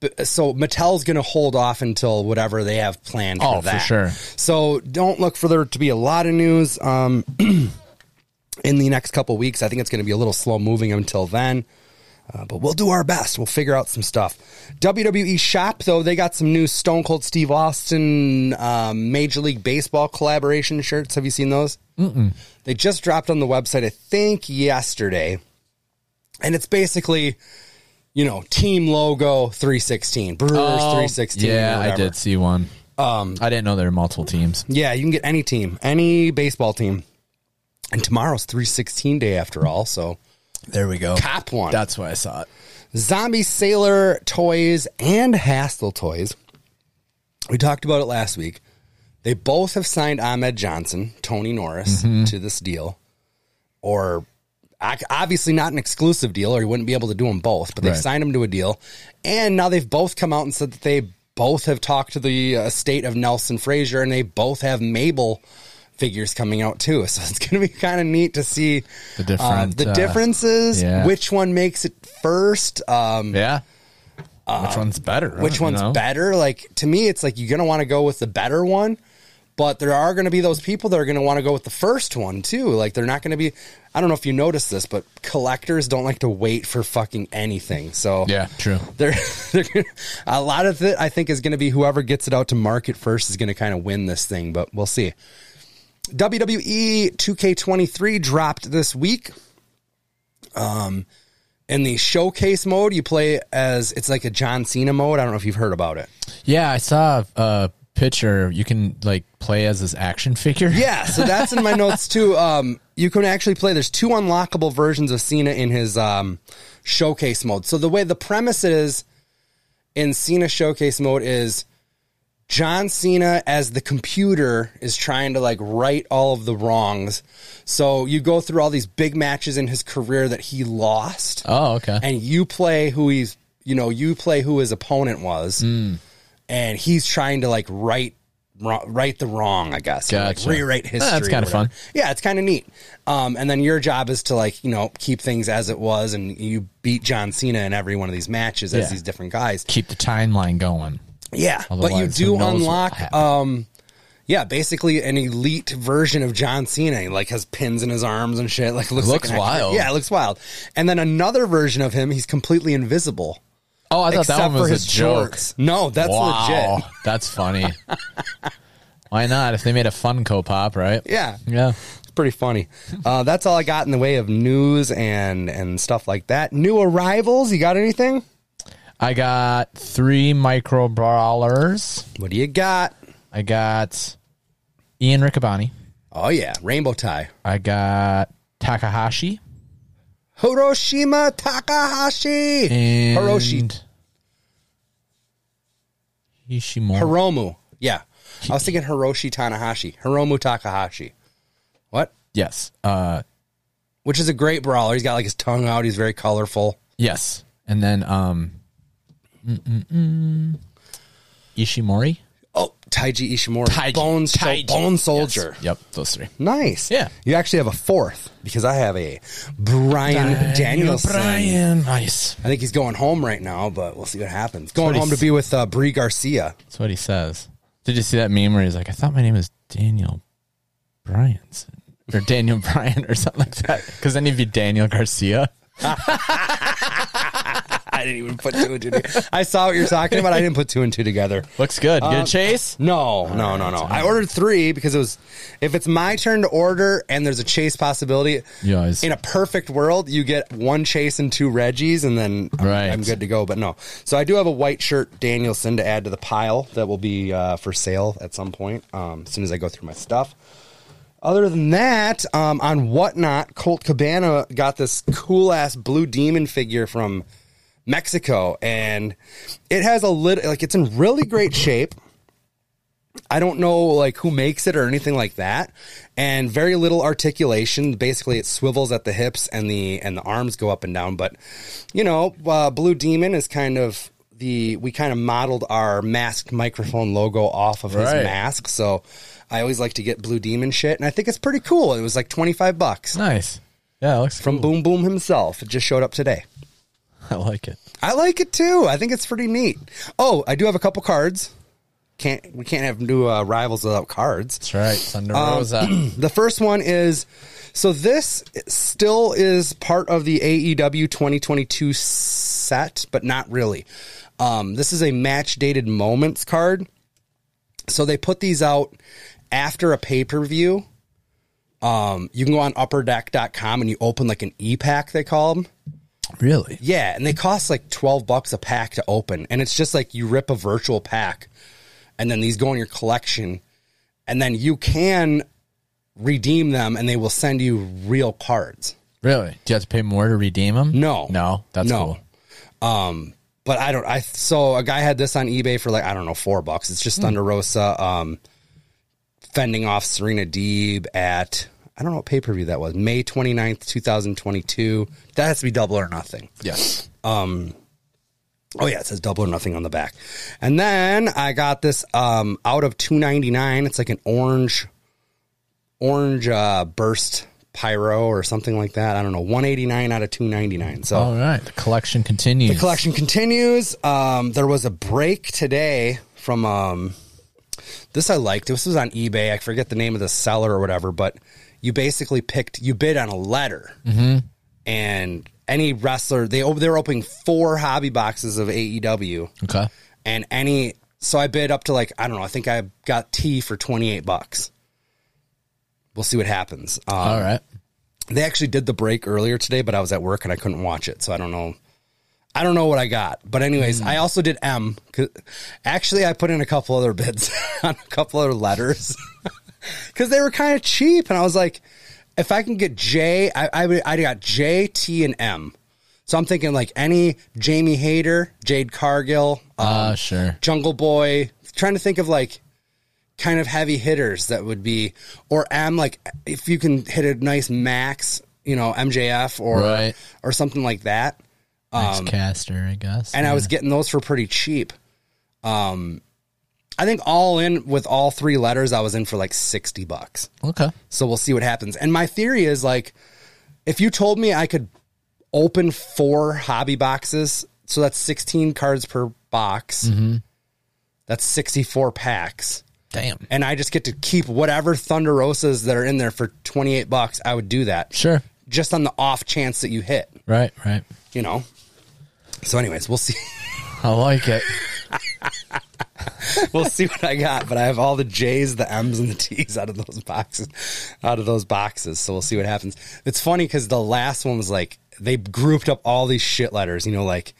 Speaker 1: b- So Mattel's going to hold off until whatever they have planned.
Speaker 2: Oh,
Speaker 1: for,
Speaker 2: for
Speaker 1: that.
Speaker 2: sure.
Speaker 1: So don't look for there to be a lot of news um, in the next couple weeks. I think it's going to be a little slow moving until then. Uh, but we'll do our best. We'll figure out some stuff. WWE Shop, though, they got some new Stone Cold Steve Austin um, Major League Baseball collaboration shirts. Have you seen those? Mm-mm. They just dropped on the website, I think, yesterday. And it's basically, you know, team logo 316, Brewers 316. or
Speaker 2: Oh, Yeah, I
Speaker 1: whatever.
Speaker 2: did see one. Um, I didn't know there were multiple teams.
Speaker 1: Yeah, you can get any team, any baseball team. And tomorrow's 316 day after all, so
Speaker 2: There we go.
Speaker 1: cop one.
Speaker 2: That's why I saw it.
Speaker 1: Zombie Sailor Toys and Hastel Toys. We talked about it last week. They both have signed Ahmed Johnson, Tony Norris, to this deal. Or I- obviously not an exclusive deal, or you wouldn't be able to do them both, but they've
Speaker 2: Right.
Speaker 1: signed them to a deal. And now they've both come out and said that they both have talked to the estate of Nelson Frazier, and they both have Mabel figures coming out too. So it's going to be kind of neat to see uh,
Speaker 2: The different.
Speaker 1: the
Speaker 2: uh,
Speaker 1: differences,
Speaker 2: yeah.
Speaker 1: which one makes it first, um,
Speaker 2: Yeah. which one's better? huh,
Speaker 1: Uh, which
Speaker 2: you
Speaker 1: one's
Speaker 2: know?
Speaker 1: better. Like to me, it's like you're gonna want to go with the better one, but there are gonna be those people that are gonna want to go with the first one too. Like they're not gonna be. I don't know if you noticed this, but collectors don't like to wait for fucking anything. So
Speaker 2: Yeah, true.
Speaker 1: they're, they're gonna, a lot of it I think is going to be whoever gets it out to market first is going to kind of win this thing, but we'll see. E WWE 2K23 dropped this week. Um, in the showcase mode, you play as it's like a John Cena mode. I don't know if you've heard about it.
Speaker 2: Yeah, I saw a picture. You can like play as this action figure.
Speaker 1: Yeah, so that's in my notes too. Um, you can actually play. There's two unlockable versions of Cena in his um, showcase mode. So the way the premise is in Cena showcase mode is John Cena as the computer is trying to like right all of the wrongs. So you go through all these big matches in his career that he lost
Speaker 2: Oh, okay.
Speaker 1: and you play who he's you know you play who his opponent was
Speaker 2: Mm.
Speaker 1: and he's trying to like right wro- right the wrong i guess or,
Speaker 2: Gotcha. Ah,
Speaker 1: like rewrite history
Speaker 2: that's
Speaker 1: or
Speaker 2: kinda
Speaker 1: whatever.
Speaker 2: fun.
Speaker 1: yeah it's kind of neat um, and then your job is to like you know keep things as it was and you beat john cena in every one of these matches as
Speaker 2: Yeah.
Speaker 1: these different guys
Speaker 2: Keep the timeline going.
Speaker 1: yeah, but you
Speaker 2: Otherwise, who
Speaker 1: do
Speaker 2: knows what
Speaker 1: unlock,
Speaker 2: happened.
Speaker 1: um, yeah, basically an elite version of John Cena. He, like has pins in his arms and shit. Like looks,
Speaker 2: Looks
Speaker 1: like an actor.
Speaker 2: wild.
Speaker 1: Yeah, it looks wild. And then another version of him, he's completely invisible
Speaker 2: Oh, I thought
Speaker 1: except
Speaker 2: that one
Speaker 1: for
Speaker 2: was
Speaker 1: his
Speaker 2: a joke.
Speaker 1: shorts. No, that's legit.
Speaker 2: That's funny. Why not? If they made a Funko Pop, right?
Speaker 1: Yeah,
Speaker 2: Yeah.
Speaker 1: pretty funny. Uh, that's all I got in the way of news and and stuff like that. New arrivals. You got anything?
Speaker 2: I got three micro brawlers.
Speaker 1: What do you got?
Speaker 2: I got Ian Riccaboni.
Speaker 1: Oh yeah, rainbow tie.
Speaker 2: I got Takahashi
Speaker 1: Hiroshima Takahashi.
Speaker 2: and
Speaker 1: Hiroshi.
Speaker 2: Hishimura.
Speaker 1: Hiromu. Yeah, I was thinking Hiroshi Tanahashi. Hiromu Takahashi. What?
Speaker 2: yes. Uh,
Speaker 1: Which is a great brawler. He's got like his tongue out. He's very colorful.
Speaker 2: yes. And then um, mm-mm-mm. Ishimori.
Speaker 1: Oh, Taiji Ishimori.
Speaker 2: Taiji.
Speaker 1: Bone, sol-
Speaker 2: Taiji.
Speaker 1: bone
Speaker 2: Yes.
Speaker 1: soldier.
Speaker 2: Yep, those three.
Speaker 1: Nice.
Speaker 2: Yeah.
Speaker 1: You actually have a fourth because I have a Brian Danielson.
Speaker 2: Brian. Nice.
Speaker 1: I think he's going home right now, but we'll see what happens. Going
Speaker 2: what
Speaker 1: home to
Speaker 2: he's-
Speaker 1: be with uh, Bree Garcia.
Speaker 2: That's what he says. Did you see that meme where he's like, I thought my name was Daniel Bryan's or Daniel Bryan or something like that? Because then he'd be Daniel Garcia.
Speaker 1: I didn't even put two and two together. I saw what you're talking about. I didn't put two and two together.
Speaker 2: Looks good.
Speaker 1: Um,
Speaker 2: good chase.
Speaker 1: No, no, no, no. I ordered three because it was if it's my turn to order and there's a chase possibility.
Speaker 2: Yeah, it's-
Speaker 1: in a perfect world, you get one chase and two Reggies, and then I'm,
Speaker 2: Right.
Speaker 1: I'm good to go. But no, so I do have a white shirt Danielson to add to the pile that will be uh, for sale at some point um, as soon as I go through my stuff. Other than that, um, on whatnot, Colt Cabana got this cool ass blue demon figure from Mexico, and it has a little like it's in really great shape. I don't know like who makes it or anything like that, and very little articulation. Basically, it swivels at the hips and the and the arms go up and down. But you know, uh, Blue Demon is kind of the we kind of modeled our masked microphone logo off of his
Speaker 2: Right.
Speaker 1: mask. So I always like to get Blue Demon shit, and I think it's pretty cool. It was like twenty five bucks
Speaker 2: Nice. Yeah, it looks
Speaker 1: from Boom Boom himself. It just showed up today.
Speaker 2: I like it.
Speaker 1: I like it too. I think it's pretty neat. Oh, I do have a couple cards. Can't we can't have new uh, rivals without cards?
Speaker 2: That's right. Thunder
Speaker 1: Um,
Speaker 2: Rosa.
Speaker 1: The first one is so this still is part of the E AEW 2022 set, but not really. Um, this is a match dated moments card. So they put these out after a pay per view. Um, you can go on upperdeck.com and you open like an e pack, they call them.
Speaker 2: really?
Speaker 1: Yeah, and they cost like 12 bucks a pack to open. And it's just like you rip a virtual pack and then these go in your collection and then you can redeem them and they will send you real cards.
Speaker 2: Really? Do you have to pay more to redeem them?
Speaker 1: No.
Speaker 2: No, that's
Speaker 1: No.
Speaker 2: cool.
Speaker 1: But I don't I so a guy had this on eBay for like I don't know 4 bucks. It's just Thunder Rosa um fending off Serena Deeb at I don't know what pay-per-view that was. May 29th, 2022. That has to be double or nothing.
Speaker 2: Yes.
Speaker 1: Oh yeah, it says double or nothing on the back. And then I got this um out of 299. It's like an orange orange uh burst pyro or something like that. I don't know. 189 out of 299. So
Speaker 2: All right. Oh. The collection continues.
Speaker 1: the collection continues. Um, there was a break today from um, this. I liked. This was on eBay. I forget the name of the seller or whatever, but you basically picked. You bid on a letter, and any wrestler they op- they're opening four hobby boxes of E AEW,
Speaker 2: Okay.
Speaker 1: and any. So I bid up to like I don't know. I think I got T for twenty eight bucks. We'll see what happens. Um,
Speaker 2: All right.
Speaker 1: they actually did the break earlier today, but I was at work and I couldn't watch it, so I don't know. I don't know what I got, but anyways, I also did M. 'cause- Actually, I put in a couple other bids on a couple other letters because they were kind of cheap, and I was like, if I can get J, I I, would- I got J, T, and M. So I'm thinking like any Jamie Hayter, Jade Cargill, uh,
Speaker 2: Uh, sure.
Speaker 1: Jungle Boy. Trying to think of like kind of heavy hitters that would be, or M like if you can hit a nice max, you know, MJF or
Speaker 2: Right.
Speaker 1: or something like that.
Speaker 2: Next caster, I guess.
Speaker 1: And I was getting those for pretty cheap. Um, I think all in with all three letters, I was in for like sixty bucks.
Speaker 2: okay.
Speaker 1: So we'll see what happens. And my theory is like, if you told me I could open four hobby boxes, so that's 16 cards per box, that's 64 packs,
Speaker 2: Damn.
Speaker 1: and I just get to keep whatever Thunder Rosas that are in there for 28 bucks, I would do that
Speaker 2: Sure.
Speaker 1: just on the off chance that you hit,
Speaker 2: Right. Right.
Speaker 1: you know? So, anyways, we'll see.
Speaker 2: I like it.
Speaker 1: we'll see what I got. But I have all the J's, the M's, and the T's out of those boxes, out of those boxes. So we'll see what happens. It's funny because the last one was like they grouped up all these shit letters. You know, like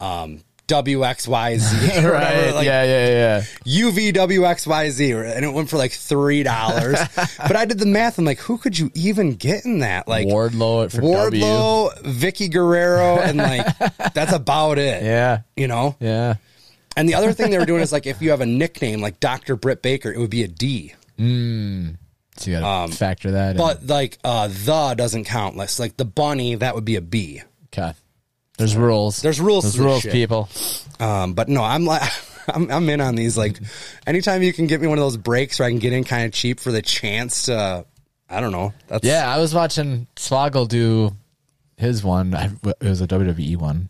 Speaker 1: um, W X Y Z, or whatever,
Speaker 2: Right.
Speaker 1: like,
Speaker 2: yeah, yeah, yeah.
Speaker 1: UVWXYZ, or- and it went for like three dollars. but I did the math. I'm like, who could you even get in that? Like
Speaker 2: Wardlow it for W.
Speaker 1: Wardlow, Vicky Guerrero, and like that's about it.
Speaker 2: Yeah.
Speaker 1: you know.
Speaker 2: Yeah.
Speaker 1: And the other thing they were doing is like, if you have a nickname like Doctor Britt Baker, it would be a D.
Speaker 2: So you gotta factor that
Speaker 1: Um, But like uh, the doesn't count. Less like the bunny, that would be a B.
Speaker 2: in. Okay. There's rules.
Speaker 1: There's rules
Speaker 2: There's
Speaker 1: to this
Speaker 2: rules,
Speaker 1: shit.
Speaker 2: people.
Speaker 1: Um, but no, I'm like, I'm, I'm in on these. Like, anytime you can get me one of those breaks where I can get in kind of cheap for the chance to, I don't know. That's,
Speaker 2: Yeah, I was watching Swoggle do his one. I, it was a WWE one.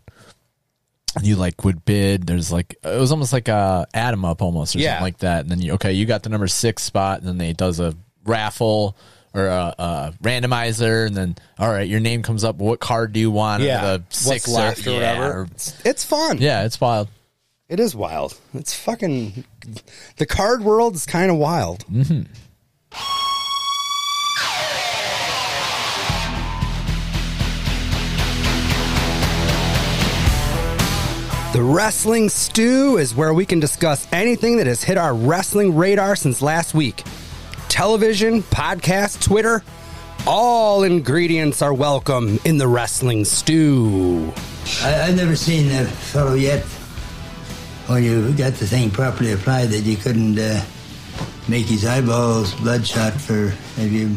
Speaker 2: And you like would bid. There's like it was almost like a atom up almost or
Speaker 1: Yeah.
Speaker 2: something like that. And then you okay, you got the number six spot, and then they does a raffle or a, a randomizer, and then all right, your name comes up. What card do you want? out of the
Speaker 1: What's
Speaker 2: six or-
Speaker 1: left or,
Speaker 2: yeah,
Speaker 1: whatever.
Speaker 2: or-
Speaker 1: It's, it's fun.
Speaker 2: yeah, it's wild.
Speaker 1: It is wild. It's fucking. The card world is kind of wild. The Wrestling Stew is where we can discuss anything that has hit our wrestling radar since last week. Television, podcast, Twitter, all ingredients are welcome in the Wrestling Stew.
Speaker 4: I, I've never seen a fellow yet when you got the thing properly applied that you couldn't uh, make his eyeballs bloodshot for maybe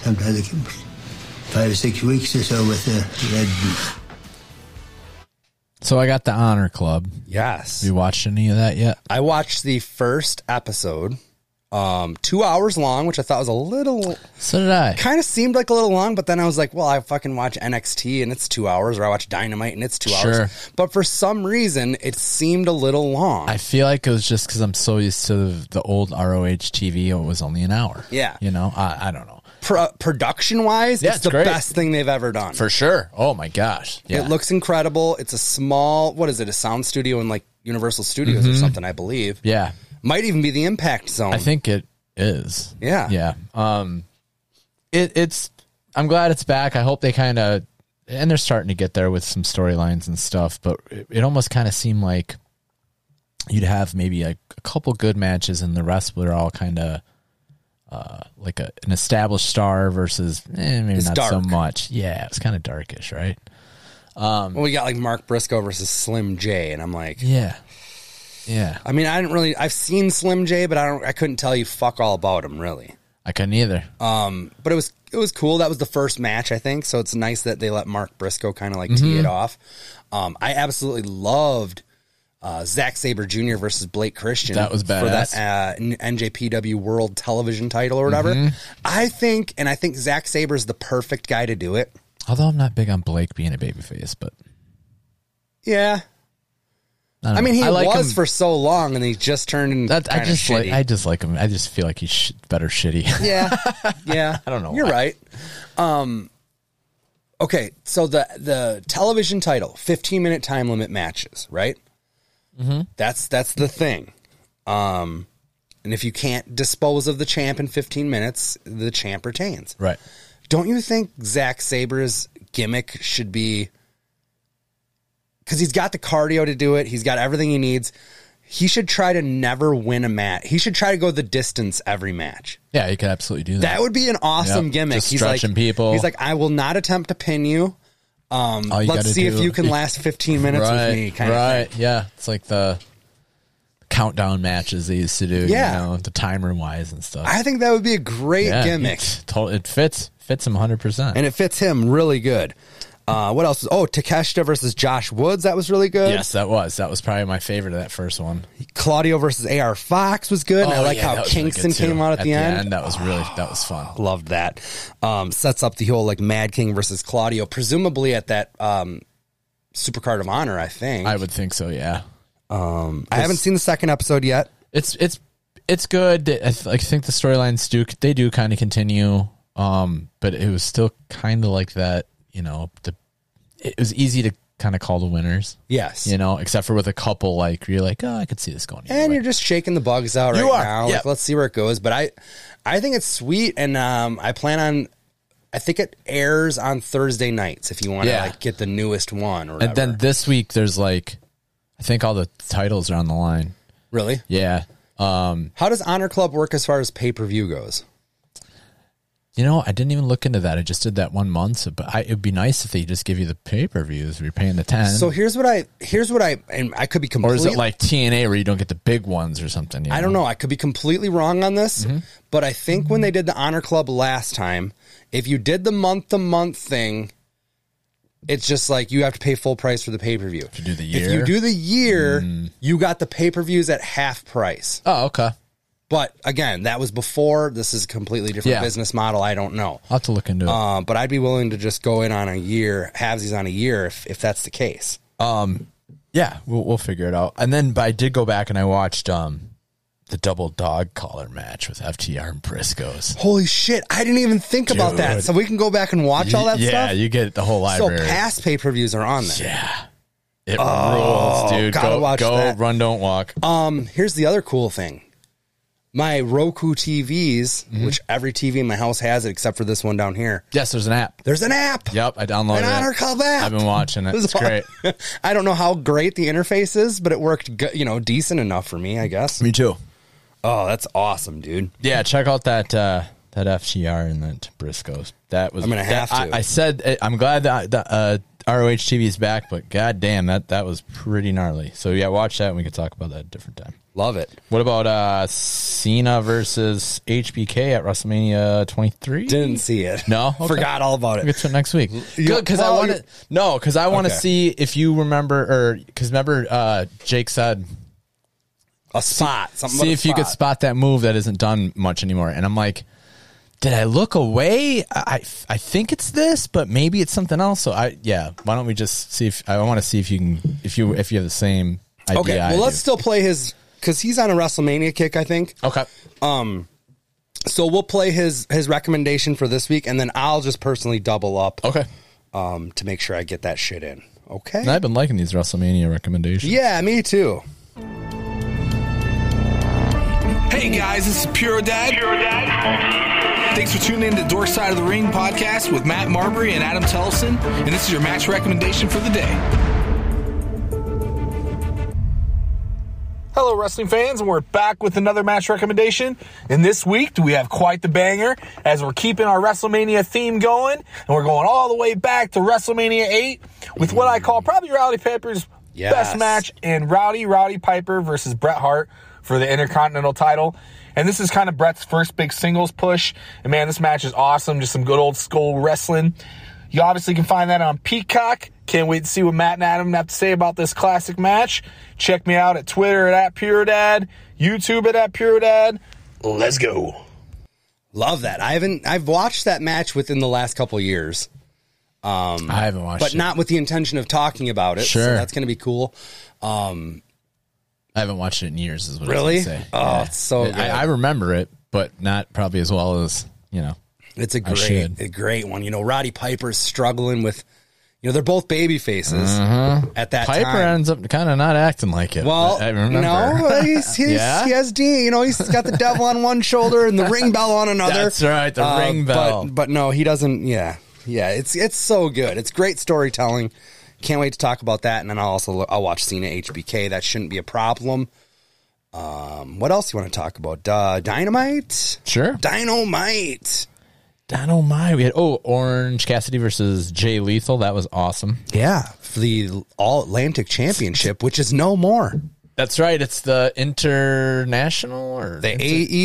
Speaker 4: sometimes it can be five or six weeks or so with the red.
Speaker 2: So I got the Honor Club.
Speaker 1: Yes.
Speaker 2: You watched any of that yet?
Speaker 1: I watched the first episode, um, two hours long, which I thought was a little
Speaker 2: So did I.
Speaker 1: kind of seemed like a little long, but then I was like, well, I fucking watch NXT and it's two hours, or I watch Dynamite and it's two
Speaker 2: Sure.
Speaker 1: hours. But for some reason, it seemed a little long.
Speaker 2: I feel like it was just because I'm so used to the, the old ROH TV. It was only an hour.
Speaker 1: Yeah.
Speaker 2: you know, I, I don't know
Speaker 1: Pro- production wise,
Speaker 2: Yeah,
Speaker 1: it's,
Speaker 2: it's
Speaker 1: the
Speaker 2: great.
Speaker 1: best thing they've ever done.
Speaker 2: for sure. Oh my gosh, yeah,
Speaker 1: It looks incredible. It's a small, what is it, a sound studio in like Universal Studios or something, I believe.
Speaker 2: yeah.
Speaker 1: Might even be the Impact Zone.
Speaker 2: Mm-hmm. I think it is.
Speaker 1: Yeah.
Speaker 2: yeah. Um, it it's. I'm glad it's back. I hope they kind of and they're starting to get there with some storylines and stuff. But it, it almost kind of seemed like you'd have maybe like a couple good matches, and the rest were all kind of. Uh, like a, an established star versus eh, maybe
Speaker 1: It's
Speaker 2: not so
Speaker 1: dark.
Speaker 2: much. Yeah, it was kind of darkish, right?
Speaker 1: Well, we got like Mark Briscoe versus Slim J, and I'm like,
Speaker 2: Yeah. Yeah.
Speaker 1: I mean, I didn't really. I've seen Slim J, but I don't. I couldn't tell you fuck all about him really.
Speaker 2: I couldn't either.
Speaker 1: But it was it was cool. That was the first match, I think. So it's nice that they let Mark Briscoe kind of like tee it
Speaker 2: Mm-hmm.
Speaker 1: off. Um, I absolutely loved uh, Zack Saber Jr. versus Blake Christian.
Speaker 2: That was
Speaker 1: for
Speaker 2: badass.
Speaker 1: that uh, N- NJPW World Television Title or whatever.
Speaker 2: Mm-hmm.
Speaker 1: I think, and I think Zack Saber's the perfect guy to do it.
Speaker 2: Although I'm not big on Blake being a babyface, but
Speaker 1: Yeah,
Speaker 2: I, don't
Speaker 1: I mean
Speaker 2: know.
Speaker 1: he
Speaker 2: I like
Speaker 1: was
Speaker 2: him.
Speaker 1: for so long, and he just turned into
Speaker 2: that. I
Speaker 1: kinda
Speaker 2: just like.
Speaker 1: shitty.
Speaker 2: I just like him. I just feel like he's sh- better shitty.
Speaker 1: Yeah. Yeah. I
Speaker 2: don't know
Speaker 1: You're
Speaker 2: why.
Speaker 1: right. Um Okay, so the the television title, 15 minute time limit matches, right? Mm-hmm. That's that's the thing. Um and if you can't dispose of the champ in 15 minutes, the champ retains.
Speaker 2: right.
Speaker 1: Don't you think Zack Saber's gimmick should be because he's got the cardio to do it, he's got everything he needs. He should try to never win a match. He should try to go the distance every match.
Speaker 2: Yeah, you could absolutely do that.
Speaker 1: That would be an awesome
Speaker 2: Yep,
Speaker 1: gimmick.
Speaker 2: just
Speaker 1: he's like
Speaker 2: stretching people.
Speaker 1: He's like, I will not attempt to pin you.
Speaker 2: All you
Speaker 1: Let's
Speaker 2: gotta
Speaker 1: see if
Speaker 2: do-
Speaker 1: you can last 15 minutes
Speaker 2: right,
Speaker 1: with me. Kind
Speaker 2: right.
Speaker 1: of. thing.
Speaker 2: Yeah, it's like the countdown matches they used to do.
Speaker 1: Yeah.
Speaker 2: you know, the timer wise and stuff.
Speaker 1: I think that would be a great
Speaker 2: yeah,
Speaker 1: gimmick,
Speaker 2: It, to- it fits. Fits him 100. percent
Speaker 1: and it fits him really good. Uh, what else? was- Oh, Takeshita versus Josh Woods. That was really good.
Speaker 2: Yes, that was that was probably my favorite of that first one.
Speaker 1: Claudio versus AR Fox was good. and I
Speaker 2: Oh,
Speaker 1: like
Speaker 2: yeah, that
Speaker 1: how
Speaker 2: was really
Speaker 1: Kingston
Speaker 2: good, too.
Speaker 1: came out at, the, end.
Speaker 2: That was really that was fun.
Speaker 1: Loved that. Um, sets up the whole like Mad King versus Claudio, presumably at that um, Supercard of Honor, I think.
Speaker 2: I would think so. Yeah.
Speaker 1: I haven't seen the second episode yet.
Speaker 2: it's it's it's good. I, th- I think the storylines do they do kind of continue, um, but it was still kind of like that. You know, the it was easy to kind of call the winners.
Speaker 1: Yes.
Speaker 2: You know, except for with a couple, like you're like, oh, I could see this going.
Speaker 1: and
Speaker 2: anyway.
Speaker 1: you're just shaking the bugs out right
Speaker 2: You are,
Speaker 1: now.
Speaker 2: yeah.
Speaker 1: Like, let's see where it goes. But I, I think it's sweet, and um, I plan on. I think it airs on Thursday nights. If you want to
Speaker 2: Yeah.
Speaker 1: like get the newest one, or
Speaker 2: and then
Speaker 1: whatever.
Speaker 2: this week there's like, I think all the titles are on the line.
Speaker 1: really,
Speaker 2: Yeah. Um.
Speaker 1: how does Honor Club work as far as pay per view goes?
Speaker 2: You know, I didn't even look into that. I just did that one month, so- but I, it'd be nice if they just give you the pay per views. If you're paying the ten,
Speaker 1: So here's what I here's what I and I could be
Speaker 2: or
Speaker 1: completely
Speaker 2: is it like TNA where you don't get the big ones or something? you
Speaker 1: I don't know. I could be completely wrong on this,
Speaker 2: Mm-hmm.
Speaker 1: but I think when they did the Honor Club last time, if you did the month to month thing, it's just like you have to pay full price for the pay per view. If
Speaker 2: you do the
Speaker 1: you
Speaker 2: year? Mm.
Speaker 1: do the year, you got the pay per views at half price.
Speaker 2: Oh, okay.
Speaker 1: But again, that was before. This is a completely different
Speaker 2: Yeah.
Speaker 1: business model. I don't know.
Speaker 2: I'll have to look into it.
Speaker 1: Um, but I'd be willing to just go in on a year, halvesies on a year, if, if that's the case.
Speaker 2: Um, Yeah, we'll, we'll figure it out. And then, but I did go back and I watched um the double dog collar match with FTR and Briscoes.
Speaker 1: Holy shit! I didn't even think about that.
Speaker 2: Dude.
Speaker 1: So we can go back and watch all that
Speaker 2: yeah,
Speaker 1: stuff.
Speaker 2: you get the whole
Speaker 1: So
Speaker 2: library.
Speaker 1: past pay per views are on there.
Speaker 2: yeah, it rules, dude.
Speaker 1: Oh, gotta
Speaker 2: Go,
Speaker 1: watch
Speaker 2: go,
Speaker 1: that.
Speaker 2: run, don't walk.
Speaker 1: Um, here's the other cool thing. My Roku TVs,
Speaker 2: Mm-hmm.
Speaker 1: which every TV in my house has it except for this one down here.
Speaker 2: yes, there's an app.
Speaker 1: There's an app.
Speaker 2: Yep, I downloaded
Speaker 1: An honor
Speaker 2: it.
Speaker 1: club app.
Speaker 2: I've been watching it.
Speaker 1: This is
Speaker 2: It's great.
Speaker 1: all- I don't know how great the interface is, but it worked, go- you know, decent enough for me, I guess.
Speaker 2: Me too.
Speaker 1: Oh, that's awesome, dude.
Speaker 2: Yeah, check out that uh, that FTR and that Briscoes. That was
Speaker 1: I'm gonna have
Speaker 2: that-
Speaker 1: to.
Speaker 2: I, I said eh, I'm glad that that, uh, ROH TV is back, but goddamn that that was pretty gnarly. So yeah, watch that and we can talk about that a different time.
Speaker 1: Love it.
Speaker 2: What about uh, Cena versus HBK at WrestleMania 23?
Speaker 1: Didn't see it.
Speaker 2: No? Okay.
Speaker 1: Forgot all about
Speaker 2: We'll
Speaker 1: it.
Speaker 2: get to it next week.
Speaker 1: You-
Speaker 2: Good, because
Speaker 1: well,
Speaker 2: I want
Speaker 1: you-
Speaker 2: to. No, because I want to
Speaker 1: Okay.
Speaker 2: see if you remember, or because remember, uh, Jake said,
Speaker 1: A spot. Something
Speaker 2: "See
Speaker 1: about a
Speaker 2: if you could
Speaker 1: spot.
Speaker 2: spot that move that isn't done much anymore." And I'm like, "Did I look away? I, I I think it's this, but maybe it's something else." So I, yeah, why don't we just see if I want to see if you can, if you if you have the same idea.
Speaker 1: Okay,
Speaker 2: I
Speaker 1: well, let's
Speaker 2: do.
Speaker 1: still play his because he's on a WrestleMania kick, I think.
Speaker 2: Okay.
Speaker 1: So we'll play his his recommendation for this week, and then I'll just personally double up
Speaker 2: Okay.
Speaker 1: um, to make sure I get that shit in. Okay.
Speaker 2: And I've been liking these WrestleMania recommendations.
Speaker 1: yeah, me too.
Speaker 5: Hey guys, this is Pure Dad. Pure Dad. Thanks for tuning in to Dork Side of the Ring podcast with Matt Marbury and Adam Tellison, and this is your match recommendation for the day. Hello, wrestling fans, and we're back with another match recommendation. And this week, we have quite the banger as we're keeping our WrestleMania theme going, and we're going all the way back to WrestleMania 8 with what I call probably Rowdy Piper's
Speaker 1: Yes.
Speaker 5: best match in Rowdy Rowdy Piper versus Bret Hart for the Intercontinental title. And this is kind of Bret's first big singles push. And man, this match is awesome. Just some good old school wrestling. You obviously can find that on Peacock. Can't wait to see what Matt and Adam have to say about this classic match. Check me out at Twitter at, @PureDad, YouTube at, @PureDad. Let's go.
Speaker 1: Love that. I haven't. I've watched that match within the last couple years,
Speaker 2: I haven't watched
Speaker 1: but
Speaker 2: it.
Speaker 1: not with the intention of talking about it. So
Speaker 2: Sure.
Speaker 1: that's going to be cool.
Speaker 2: I haven't watched it in years. Is what
Speaker 1: Really?
Speaker 2: I was gonna say.
Speaker 1: Oh, it's so good.
Speaker 2: I, I remember it, but not probably as well as you know.
Speaker 1: It's a great,
Speaker 2: should.
Speaker 1: a great one. You know, Roddy Piper's struggling with. You know, they're both baby faces at that
Speaker 2: Mm-hmm. Piper
Speaker 1: time.
Speaker 2: ends up kind of not acting like it.
Speaker 1: Well,
Speaker 2: I remember.
Speaker 1: no, he's, he's,
Speaker 2: Yeah?
Speaker 1: he has D. You know, he's got the devil on one shoulder and the ring bell on another.
Speaker 2: That's right, the ring bell.
Speaker 1: uh, But, but no, he doesn't. Yeah, yeah. It's it's so good. It's great storytelling. Can't wait to talk about that. And then I'll also I'll watch Cena HBK. That shouldn't be a problem. Um, what else you want to talk about? Uh, dynamite,
Speaker 2: sure.
Speaker 1: dynamite.
Speaker 2: Donald My. We had oh Orange Cassidy versus Jay Lethal. That was awesome.
Speaker 1: Yeah, for the All Atlantic Championship, which is no more.
Speaker 2: That's right. It's the international or
Speaker 1: The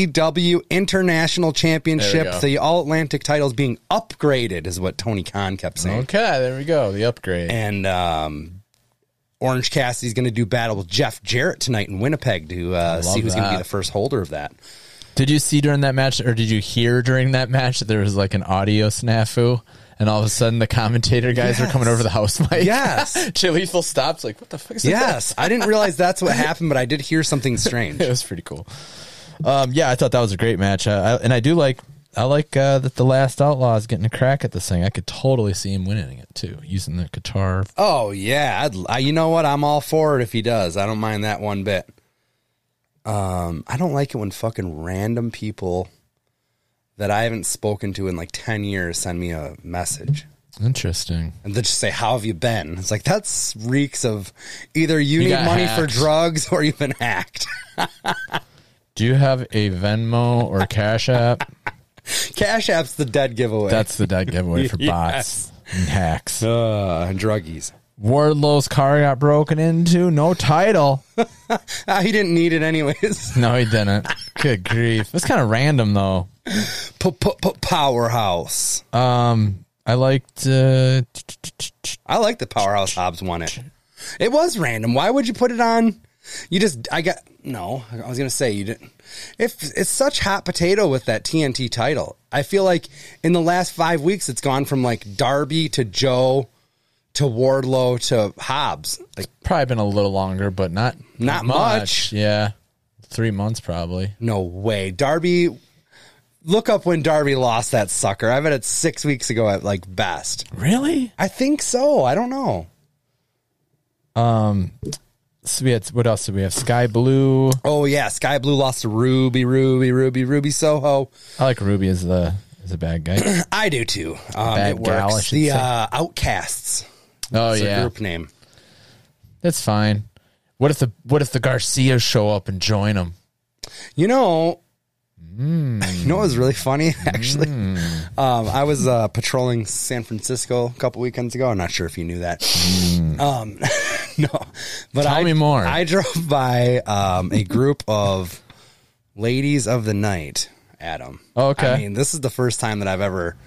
Speaker 1: AEW E International
Speaker 2: There we
Speaker 1: Championship,
Speaker 2: go.
Speaker 1: the All Atlantic titles being upgraded, is what Tony Khan kept saying.
Speaker 2: Okay, there we go. The upgrade.
Speaker 1: And um, Orange Cassidy's going to do battle with Jeff Jarrett tonight in Winnipeg to uh, see who's going to be
Speaker 2: that.
Speaker 1: the first holder of that.
Speaker 2: Did you see during that match, or did you hear during that match that there was like an audio snafu, and all of a sudden the commentator guys were coming
Speaker 1: Yes.
Speaker 2: over the house mic?
Speaker 1: Yes.
Speaker 2: Jay Lethal stops. Like, what the fuck is that?
Speaker 1: Yes, I didn't realize that's what happened, but I did hear something strange.
Speaker 2: it was pretty cool. Um, yeah, I thought that was a great match, uh, I, and I do like I like uh, that the last outlaw is getting a crack at this thing. I could totally see him winning it too, using the guitar.
Speaker 1: Oh yeah, I'd, I, you know what? I'm all for it if he does. I don't mind that one bit. Um, I don't like it when fucking random people that I haven't spoken to in like ten years send me a message
Speaker 2: Interesting.
Speaker 1: and they just say, "How have you been?" It's like that's reeks of either you,
Speaker 2: You
Speaker 1: need
Speaker 2: got
Speaker 1: money for
Speaker 2: hacked.
Speaker 1: drugs or you've been hacked.
Speaker 2: Do you have a Venmo or Cash App?
Speaker 1: Cash App's the dead giveaway.
Speaker 2: That's the dead giveaway for
Speaker 1: Yes.
Speaker 2: bots and hacks.
Speaker 1: uh, druggies.
Speaker 2: Wardlow's car got broken into. No title.
Speaker 1: Ah, he didn't need it anyways.
Speaker 2: No, he didn't. Good grief. That's kind of random though.
Speaker 1: Powerhouse.
Speaker 2: Um, I liked. Uh,
Speaker 1: I like the powerhouse Hobbs won it. It was random. Why would you put it on? You just I got no. I was gonna say you didn't. If it's such hot potato with that TNT title, I feel like in the last five weeks it's gone from like Darby to Joe to Wardlow to Hobbs. Like
Speaker 2: probably been a little longer, but not
Speaker 1: Not much.
Speaker 2: Yeah, three months probably.
Speaker 1: no way, Darby. Look up when Darby lost that sucker. I bet it's six weeks ago at like best.
Speaker 2: Really?
Speaker 1: I think so. I don't know.
Speaker 2: So we had what else did we have? Sky blue.
Speaker 1: Oh yeah, Sky Blue lost to Ruby, Ruby, Ruby, Ruby Soho.
Speaker 2: I like Ruby as the as a bad guy.
Speaker 1: I do too. Um,
Speaker 2: Bad
Speaker 1: it works.
Speaker 2: gal, I should
Speaker 1: the
Speaker 2: say.
Speaker 1: uh, Outcasts.
Speaker 2: Oh
Speaker 1: It's a
Speaker 2: yeah,
Speaker 1: group name.
Speaker 2: that's fine. What if the what if the Garcias show up and join them?
Speaker 1: You know,
Speaker 2: Hmm.
Speaker 1: you know what was really funny actually. Um, I was uh, patrolling San Francisco a couple weekends ago. I'm not sure if you knew that. Um, no, but
Speaker 2: Hmm. Tell
Speaker 1: I,
Speaker 2: me more.
Speaker 1: I drove by um, a group of ladies of the night. Adam.
Speaker 2: Oh, Okay. Hmm.
Speaker 1: I mean, this is the first time that I've ever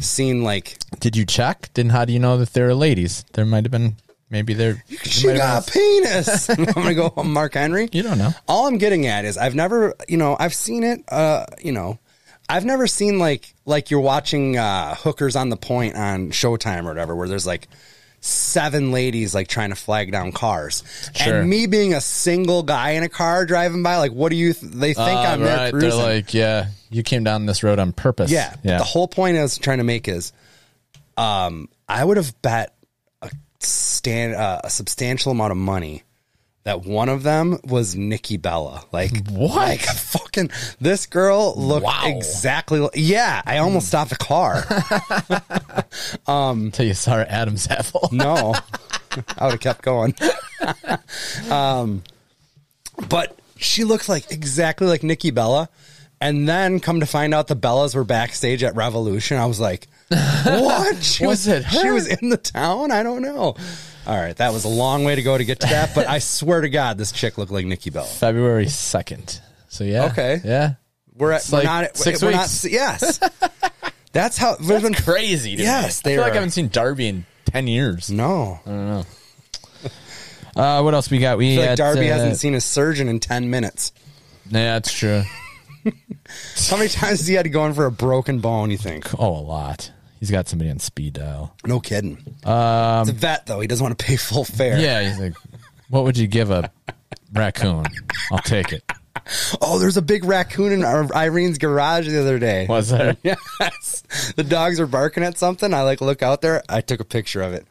Speaker 1: seen like
Speaker 2: Did you check? Then how do you know that there are ladies? There might have been maybe there. there
Speaker 1: she
Speaker 2: might have
Speaker 1: got a penis. I'm gonna go on Mark Henry.
Speaker 2: been- you don't know.
Speaker 1: all I'm getting at is I've never, you know, I've seen it, uh, you know, I've never seen like like you're watching uh, hookers on the point on Showtime or whatever, where there's like seven ladies like trying to flag down cars,
Speaker 2: Sure.
Speaker 1: and me being a single guy in a car driving by, like, what do you th- they think
Speaker 2: Ah,
Speaker 1: I'm there
Speaker 2: right. They're
Speaker 1: cruising?
Speaker 2: like, yeah, you came down this road on purpose.
Speaker 1: yeah, but
Speaker 2: yeah.
Speaker 1: The whole point I was trying to make is, um, I would have bet a stand uh, a substantial amount of money. That one of them was Nikki Bella. Like,
Speaker 2: what?
Speaker 1: like fucking this girl looked
Speaker 2: Wow.
Speaker 1: exactly li- yeah i almost stopped the car
Speaker 2: Until you saw her Adam's apple.
Speaker 1: no i would have kept going um but she looked like exactly like nikki bella and then come to find out the bellas were backstage at revolution i was like what she
Speaker 2: Was it
Speaker 1: she
Speaker 2: her?
Speaker 1: was in the town i don't know all right that was a long way to go to get to that but i swear to god this chick looked like nikki bella
Speaker 2: February 2nd. So yeah.
Speaker 1: Okay.
Speaker 2: Yeah.
Speaker 1: we're at
Speaker 2: It's
Speaker 1: we're
Speaker 2: like
Speaker 1: not
Speaker 2: six
Speaker 1: we're
Speaker 2: weeks.
Speaker 1: not yes that's how there's been
Speaker 2: Crazy.
Speaker 1: dude. Yes, they
Speaker 2: I feel like
Speaker 1: are-
Speaker 2: I haven't seen Darby in 10 years.
Speaker 1: no
Speaker 2: Uh, what else we got? We
Speaker 1: feel like
Speaker 2: had,
Speaker 1: Darby
Speaker 2: uh,
Speaker 1: hasn't seen a surgeon in 10 minutes.
Speaker 2: Yeah, that's true.
Speaker 1: How many times has he had to go in for a broken bone, you think?
Speaker 2: Oh, a lot. He's got somebody on speed dial.
Speaker 1: No kidding. Um, it's a vet, though. He doesn't want to pay full fare.
Speaker 2: Yeah. He's like, what would you give a raccoon? I'll take it.
Speaker 1: Oh, there's a big raccoon in Ir- Irene's garage the other day.
Speaker 2: Was there?
Speaker 1: Yes. The dogs are barking at something. I like look out there. I took a picture of it.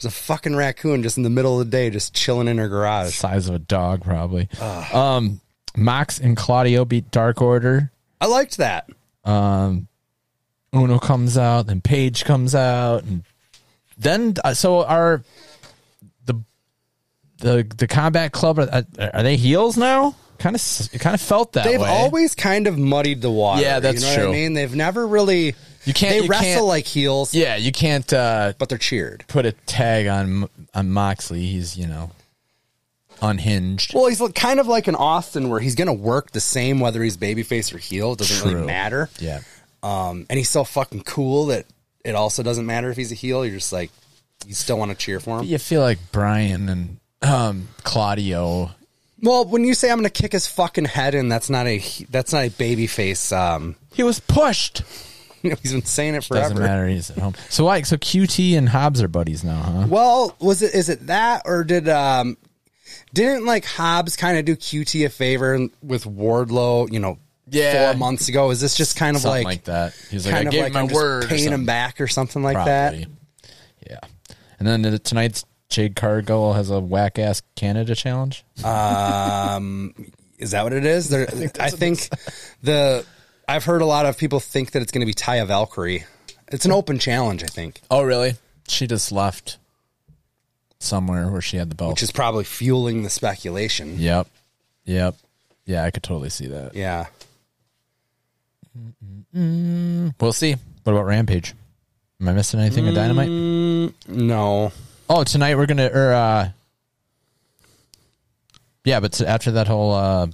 Speaker 1: There's a fucking raccoon just in the middle of the day, just chilling in her garage.
Speaker 2: Size of a dog, probably. Um, Mox and Claudio beat Dark Order.
Speaker 1: I liked that.
Speaker 2: Uno comes out, then Paige comes out, and then uh, so are the the the Combat Club are, are they heels now? Kind of, it kind of felt that
Speaker 1: They've
Speaker 2: way.
Speaker 1: always kind of muddied the water.
Speaker 2: Yeah, that's
Speaker 1: you know What I
Speaker 2: true.
Speaker 1: mean, they've never really.
Speaker 2: You can't-
Speaker 1: They
Speaker 2: you
Speaker 1: wrestle
Speaker 2: can't-
Speaker 1: like heels,
Speaker 2: yeah, you can't uh,
Speaker 1: but they're cheered.
Speaker 2: put a tag on on Moxley. He's you know unhinged.
Speaker 1: Well, he's like- kind of like an Austin where he's going to work the same whether he's babyface or heel. It doesn't really
Speaker 2: True.
Speaker 1: matter.
Speaker 2: yeah,
Speaker 1: Um, and he's so fucking cool that it also doesn't matter if he's a heel. You're just like, you still want to cheer for him.
Speaker 2: you feel like Brian and um, Claudio.
Speaker 1: Well, when you say I'm going to kick his fucking head in, that's not a he- that's not a babyface. Um,
Speaker 2: He was pushed.
Speaker 1: he's been saying it
Speaker 2: Doesn't
Speaker 1: forever.
Speaker 2: matter. He's at home. So like, so QT and Hobbs are buddies now, huh?
Speaker 1: Well, was it is it that or did um didn't like Hobbs kind of do QT a favor and- with Wardlow, you know,
Speaker 2: Yeah.
Speaker 1: four months ago. Is this just kind of
Speaker 2: something
Speaker 1: like,
Speaker 2: like, that. He's like, I
Speaker 1: kind
Speaker 2: gave
Speaker 1: of like
Speaker 2: my
Speaker 1: I'm just
Speaker 2: word. or
Speaker 1: paying
Speaker 2: something.
Speaker 1: him back or something like
Speaker 2: Probably.
Speaker 1: that?
Speaker 2: Yeah. And then the- tonight's Jade Cargill has a whack ass Canada challenge.
Speaker 1: Is that what it is? There, I think, the I've heard a lot of people think that it's going to be Taya Valkyrie. It's an open challenge, I think,
Speaker 2: Oh, really? She just left somewhere where she had the belt.
Speaker 1: which is probably fueling the speculation.
Speaker 2: yep. Yep. Yeah, I could totally see that.
Speaker 1: Yeah.
Speaker 2: We'll see. What about Rampage? Am I missing anything
Speaker 1: Mm,
Speaker 2: with Dynamite?
Speaker 1: No.
Speaker 2: Oh, tonight we're gonna or uh Yeah, but t- after that whole uh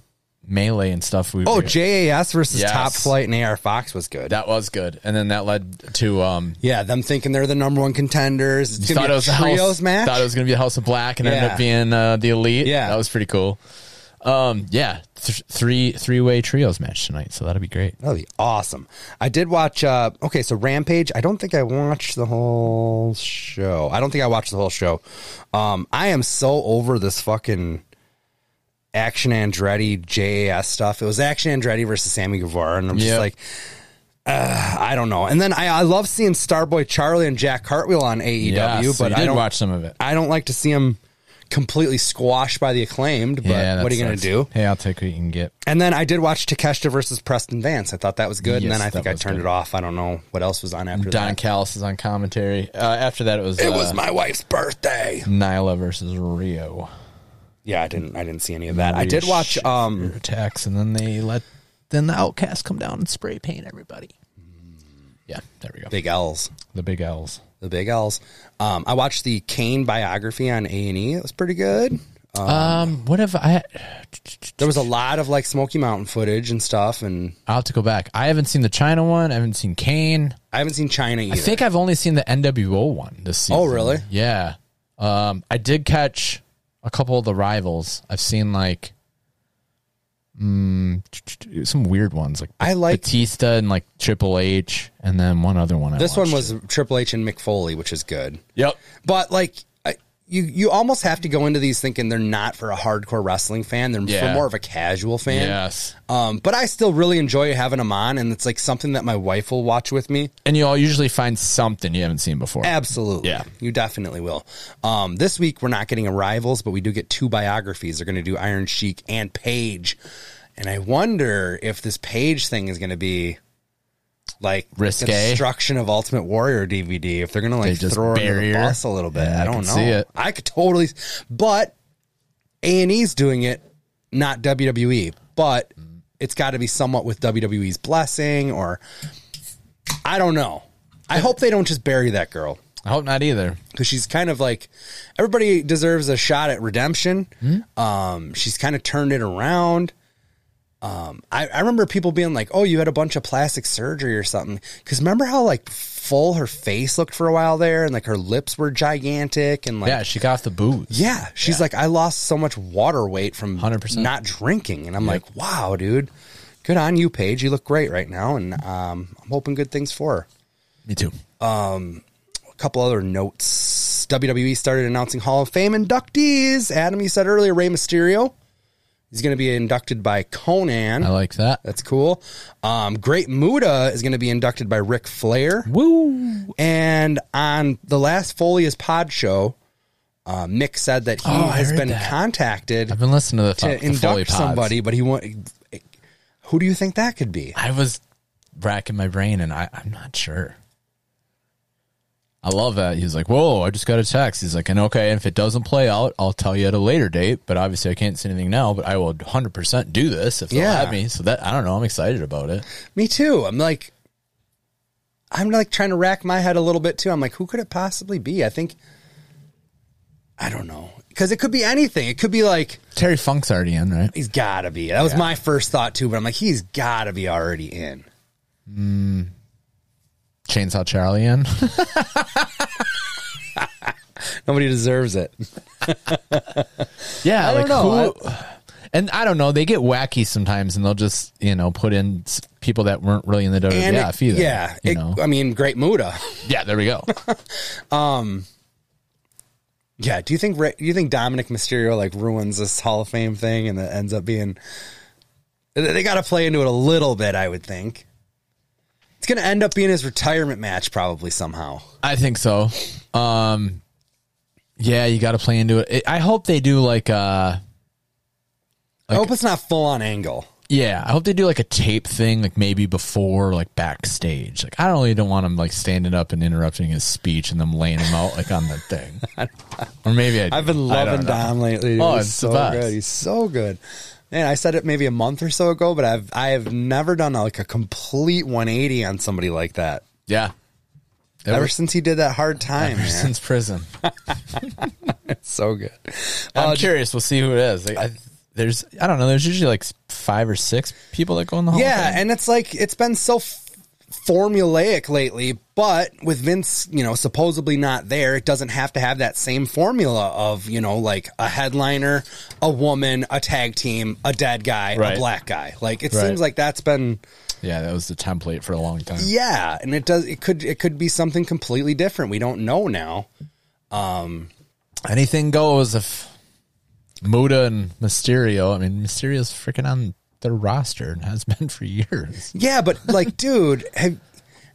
Speaker 2: melee and stuff we
Speaker 1: Oh,
Speaker 2: we-
Speaker 1: JAS versus
Speaker 2: Yes.
Speaker 1: Top Flight and AR Fox was good.
Speaker 2: that was good. And then that led to um
Speaker 1: yeah, them thinking they're the number one contenders. It's going to
Speaker 2: thought it
Speaker 1: be a
Speaker 2: was a house-
Speaker 1: trios match.
Speaker 2: Thought it was gonna be a House of Black and ended
Speaker 1: Yeah.
Speaker 2: up being uh, the Elite.
Speaker 1: Yeah.
Speaker 2: that was pretty cool. Um, yeah, th- three three way trios match tonight, so that'll be great.
Speaker 1: That'd be awesome. I did watch. Uh, okay, so Rampage. I don't think I watched the whole show. I don't think I watched the whole show. Um, I am so over this fucking Action Andretti JAS stuff. It was Action Andretti versus Sammy Guevara, and I'm just
Speaker 2: Yeah.
Speaker 1: like, uh, I don't know. And then I, I love seeing Starboy Charlie and Jack Hartwheel on AEW,
Speaker 2: Yeah, so
Speaker 1: E but
Speaker 2: you
Speaker 1: I
Speaker 2: did
Speaker 1: don't
Speaker 2: watch some of it.
Speaker 1: I don't like to see them completely squashed by the acclaimed. But
Speaker 2: that
Speaker 1: what are you going to
Speaker 2: sucks.
Speaker 1: do?
Speaker 2: Hey, I'll take what you can get.
Speaker 1: And then I did watch Takeshita versus Preston Vance. I thought that was good. and
Speaker 2: Yes,
Speaker 1: then I think
Speaker 2: that
Speaker 1: I
Speaker 2: was
Speaker 1: turned
Speaker 2: good.
Speaker 1: it off. I don't know what else was on after
Speaker 2: Don
Speaker 1: that.
Speaker 2: Callis is on commentary. Uh, after that, it was
Speaker 1: it
Speaker 2: uh,
Speaker 1: was my wife's birthday.
Speaker 2: Nyla versus Rio.
Speaker 1: Yeah, I didn't. I didn't see any of that. I did watch.
Speaker 2: Rio
Speaker 1: Um,
Speaker 2: attacks, and then they let then the Outcast come down and spray paint everybody.
Speaker 1: Mm.
Speaker 2: Yeah, there we go.
Speaker 1: Big L's.
Speaker 2: the Big L's.
Speaker 1: The Big L's. Um, I watched the Kane biography on A and E. It was pretty good.
Speaker 2: Um, what have I?
Speaker 1: There was a lot of like Smoky Mountain footage and stuff. And
Speaker 2: I'll have to go back. I haven't seen the China one. I haven't seen Kane.
Speaker 1: I haven't seen China either.
Speaker 2: I think I've only seen the NWO one this season.
Speaker 1: Oh, really?
Speaker 2: Yeah. Um, I did catch a couple of the rivals. I've seen like mm, some weird ones, like
Speaker 1: I like-
Speaker 2: Batista and like Triple H, and then one other one. I
Speaker 1: this one
Speaker 2: watched.
Speaker 1: was Triple H and Mick Foley, which is good.
Speaker 2: yep.
Speaker 1: But like I, you, you almost have to go into these thinking they're not for a hardcore wrestling fan. They're
Speaker 2: Yeah.
Speaker 1: for more of a casual fan.
Speaker 2: Yes,
Speaker 1: Um, but I still really enjoy having them on, and it's like something that my wife will watch with me.
Speaker 2: and you'll usually find something you haven't seen before.
Speaker 1: Absolutely,
Speaker 2: Yeah.
Speaker 1: you definitely will. Um, this week we're not getting a rivals, but we do get two biographies. They're going to do Iron Sheik and Page, and I wonder if this Page thing is going to be like
Speaker 2: Risque?
Speaker 1: the destruction of Ultimate Warrior DVD. If they're going to
Speaker 2: They
Speaker 1: like
Speaker 2: just
Speaker 1: throw her under
Speaker 2: bury
Speaker 1: the
Speaker 2: her?
Speaker 1: bus a little bit,
Speaker 2: Yeah,
Speaker 1: I
Speaker 2: I
Speaker 1: don't
Speaker 2: can
Speaker 1: know.
Speaker 2: see it.
Speaker 1: I could totally, but A and E's doing it, not WWE, but it's got to be somewhat with WWE's blessing, or I don't know. I hope they don't just bury that girl
Speaker 2: I hope not either.
Speaker 1: because she's kind of like everybody deserves a shot at redemption.
Speaker 2: Hmm?
Speaker 1: Um, she's kind of turned it around. Um, I, I remember people being like, "Oh, you had a bunch of plastic surgery or something." Because remember how like full her face looked for a while there, and like her lips were gigantic, and like
Speaker 2: Yeah, she got off the booze.
Speaker 1: yeah, she's like, I lost so much water weight from
Speaker 2: 100%.
Speaker 1: not drinking, and I'm
Speaker 2: Yep.
Speaker 1: like, wow, dude, good on you, Paige. You look great right now, and um, I'm hoping good things for her.
Speaker 2: me too.
Speaker 1: A couple other notes: WWE started announcing Hall of Fame inductees. Adam, you said earlier, Rey Mysterio. He's going to be inducted by Conan.
Speaker 2: I like that.
Speaker 1: That's cool. Um, Great Muda is going to be inducted by Ric Flair.
Speaker 2: Woo!
Speaker 1: And on the last Folia's Pod show, uh, Mick said that he
Speaker 2: Oh, I
Speaker 1: has
Speaker 2: heard
Speaker 1: been
Speaker 2: that.
Speaker 1: contacted
Speaker 2: I've been listening to the,
Speaker 1: to
Speaker 2: to the Foley
Speaker 1: induct
Speaker 2: pods.
Speaker 1: somebody, but he want. Who do you think that could be?
Speaker 2: I was racking my brain and I, I'm not sure. I love that. He's like, Whoa, I just got a text. He's like, and okay, if it doesn't play out, I'll tell you at a later date. But obviously I can't say anything now, but I will hundred percent do this if they'll
Speaker 1: Yeah.
Speaker 2: have me. So that I don't know, I'm excited about it.
Speaker 1: Me too. I'm like, I'm like trying to rack my head a little bit too. I'm like, who could it possibly be? I think, I don't know, because it could be anything. It could be like
Speaker 2: Terry Funk's already in, right?
Speaker 1: he's got to be. That was my first thought too, but I'm like, he's got to be already in.
Speaker 2: Chainsaw Charlie in.
Speaker 1: Nobody deserves it.
Speaker 2: yeah,
Speaker 1: I don't
Speaker 2: like
Speaker 1: know.
Speaker 2: who and I don't know, they get wacky sometimes and they'll just, you know, put in s- people that weren't really in the WWF
Speaker 1: And it-
Speaker 2: either.
Speaker 1: yeah,
Speaker 2: You
Speaker 1: it-
Speaker 2: know?
Speaker 1: I mean, Great Muda.
Speaker 2: yeah, there we go.
Speaker 1: Yeah. Do you think Ra- do you think Dominic Mysterio like ruins this Hall of Fame thing and that ends up being They, got to play into it a little bit, I would think. It's going to end up being his retirement match, probably somehow.
Speaker 2: I think so. Um, yeah, you got to play into it. it. I hope they do like uh
Speaker 1: I hope it's not full on angle.
Speaker 2: yeah, I hope they do like a tape thing, like maybe before like backstage. Like I don't really don't want him like standing up and interrupting his speech and them laying him out like on the thing. or maybe I do.
Speaker 1: I've been
Speaker 2: I don't
Speaker 1: loving
Speaker 2: know.
Speaker 1: Dom lately. dude.
Speaker 2: Oh,
Speaker 1: He's
Speaker 2: it's the
Speaker 1: so
Speaker 2: best.
Speaker 1: good. He's so good. Man, I said it maybe a month or so ago, but I've I have never done like a complete 180 on somebody like that.
Speaker 2: Yeah. Ever,
Speaker 1: Ever since he did that hard time,
Speaker 2: ever
Speaker 1: man.
Speaker 2: since prison.
Speaker 1: it's so good.
Speaker 2: I'm
Speaker 1: Uh,
Speaker 2: curious. We'll see who it is. Like, I, there's, I don't know. There's usually like five or six people that go in the hall. of
Speaker 1: Yeah,
Speaker 2: Fame.
Speaker 1: and it's like it's been so f- formulaic lately, but with Vince, you know, supposedly not there, it doesn't have to have that same formula of, you know, like a headliner, a woman, a tag team, a dead guy,
Speaker 2: Right.
Speaker 1: a black guy. Like it
Speaker 2: Right.
Speaker 1: seems like that's been
Speaker 2: yeah, that was the template for a long time.
Speaker 1: yeah, and it does it could it could be something completely different. We don't know now.
Speaker 2: Anything goes. If Muda and Mysterio, I mean, Mysterio's freaking on their roster and has been for years.
Speaker 1: Yeah, but like dude, have,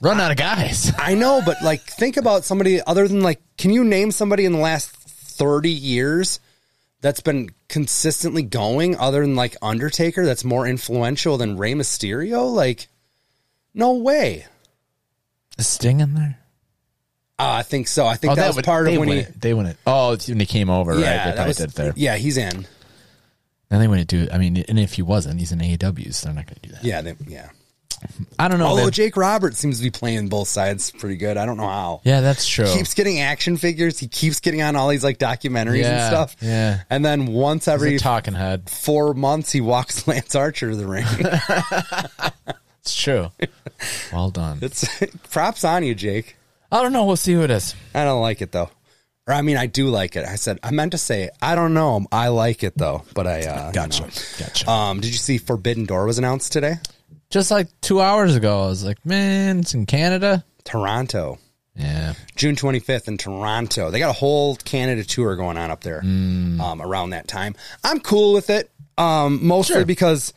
Speaker 2: Run out of guys.
Speaker 1: I know, but like, think about somebody other than like, can you name somebody in the last 30 years that's been consistently going other than like Undertaker that's more influential than Rey Mysterio? Like, no way.
Speaker 2: Is Sting in there?
Speaker 1: Uh, I think so. I think that, was
Speaker 2: Oh, would-
Speaker 1: part
Speaker 2: they
Speaker 1: of when he.
Speaker 2: went They went it. Oh, it's when he came over, right?
Speaker 1: Yeah,
Speaker 2: They
Speaker 1: that
Speaker 2: probably
Speaker 1: was,
Speaker 2: did it there.
Speaker 1: yeah, he's in.
Speaker 2: And they wouldn't do it. I mean, and if he wasn't, he's in AEW, so they're not going to do that.
Speaker 1: Yeah, they, yeah.
Speaker 2: I don't know.
Speaker 1: Although
Speaker 2: Oh, man.
Speaker 1: Jake Roberts seems to be playing both sides pretty good. I don't know how.
Speaker 2: yeah, that's true.
Speaker 1: Keeps getting action figures. He keeps getting on all these like documentaries and
Speaker 2: Yeah,
Speaker 1: stuff.
Speaker 2: yeah.
Speaker 1: And then once
Speaker 2: He's
Speaker 1: every
Speaker 2: a talking head.
Speaker 1: four months he walks Lance Archer to the ring.
Speaker 2: It's true. Well done.
Speaker 1: It's props on you, Jake.
Speaker 2: I don't know. We'll see who it is.
Speaker 1: I don't like it though. Or I mean, I do like it. I said I meant to say I don't know. I like it though, but I uh, you know.
Speaker 2: Gotcha.
Speaker 1: Um, did you see Forbidden Door was announced today?
Speaker 2: Just like two hours ago, I was like, man, it's in Canada.
Speaker 1: Toronto,
Speaker 2: Yeah.
Speaker 1: June 25th in Toronto. They got a whole Canada tour going on up there
Speaker 2: Mm.
Speaker 1: um, around that time. I'm cool with it, um, mostly because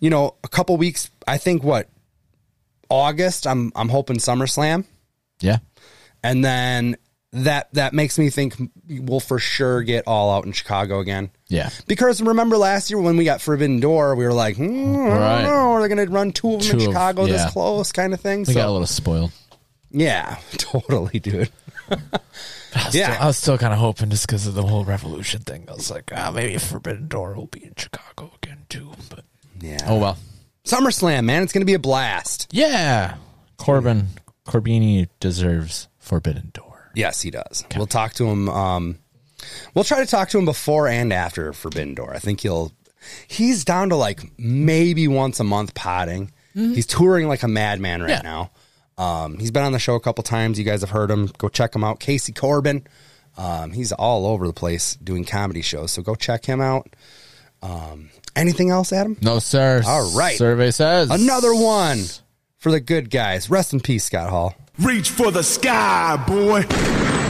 Speaker 1: you know a couple weeks. I think what August. I'm I'm hoping SummerSlam.
Speaker 2: Yeah.
Speaker 1: and then that that makes me think we'll for sure get all out in Chicago again.
Speaker 2: Yeah.
Speaker 1: Because remember last year when we got Forbidden Door, we were like, hmm, I
Speaker 2: Right.
Speaker 1: don't know, are they going to run two of them
Speaker 2: Two
Speaker 1: in
Speaker 2: of-
Speaker 1: Chicago
Speaker 2: yeah.
Speaker 1: this close, kind of thing?
Speaker 2: We got a
Speaker 1: So
Speaker 2: little spoiled.
Speaker 1: yeah, totally, dude.
Speaker 2: I was
Speaker 1: Yeah.
Speaker 2: Still, I was still kind of hoping just because of the whole revolution thing. I was like, ah, maybe Forbidden Door will be in Chicago again, too. But
Speaker 1: Yeah.
Speaker 2: oh, well.
Speaker 1: SummerSlam, man, it's going to be a blast.
Speaker 2: Yeah. Corbin, Corbini deserves Forbidden Door.
Speaker 1: Yes, he does. We'll talk to him. Um, we'll try to talk to him before and after Forbidden Door. I think he'll. He's down to like maybe once a month potting. He's touring like a madman right
Speaker 2: Yeah.
Speaker 1: now. Um, he's been on the show a couple times. You guys have heard him. Go check him out. Casey Corbin. Um, he's all over the place doing comedy shows. So go check him out. Um, anything else, Adam?
Speaker 2: No, sir.
Speaker 1: All right.
Speaker 2: Survey says
Speaker 1: Another one for the good guys. Rest in peace, Scott Hall.
Speaker 6: Reach for the sky, boy.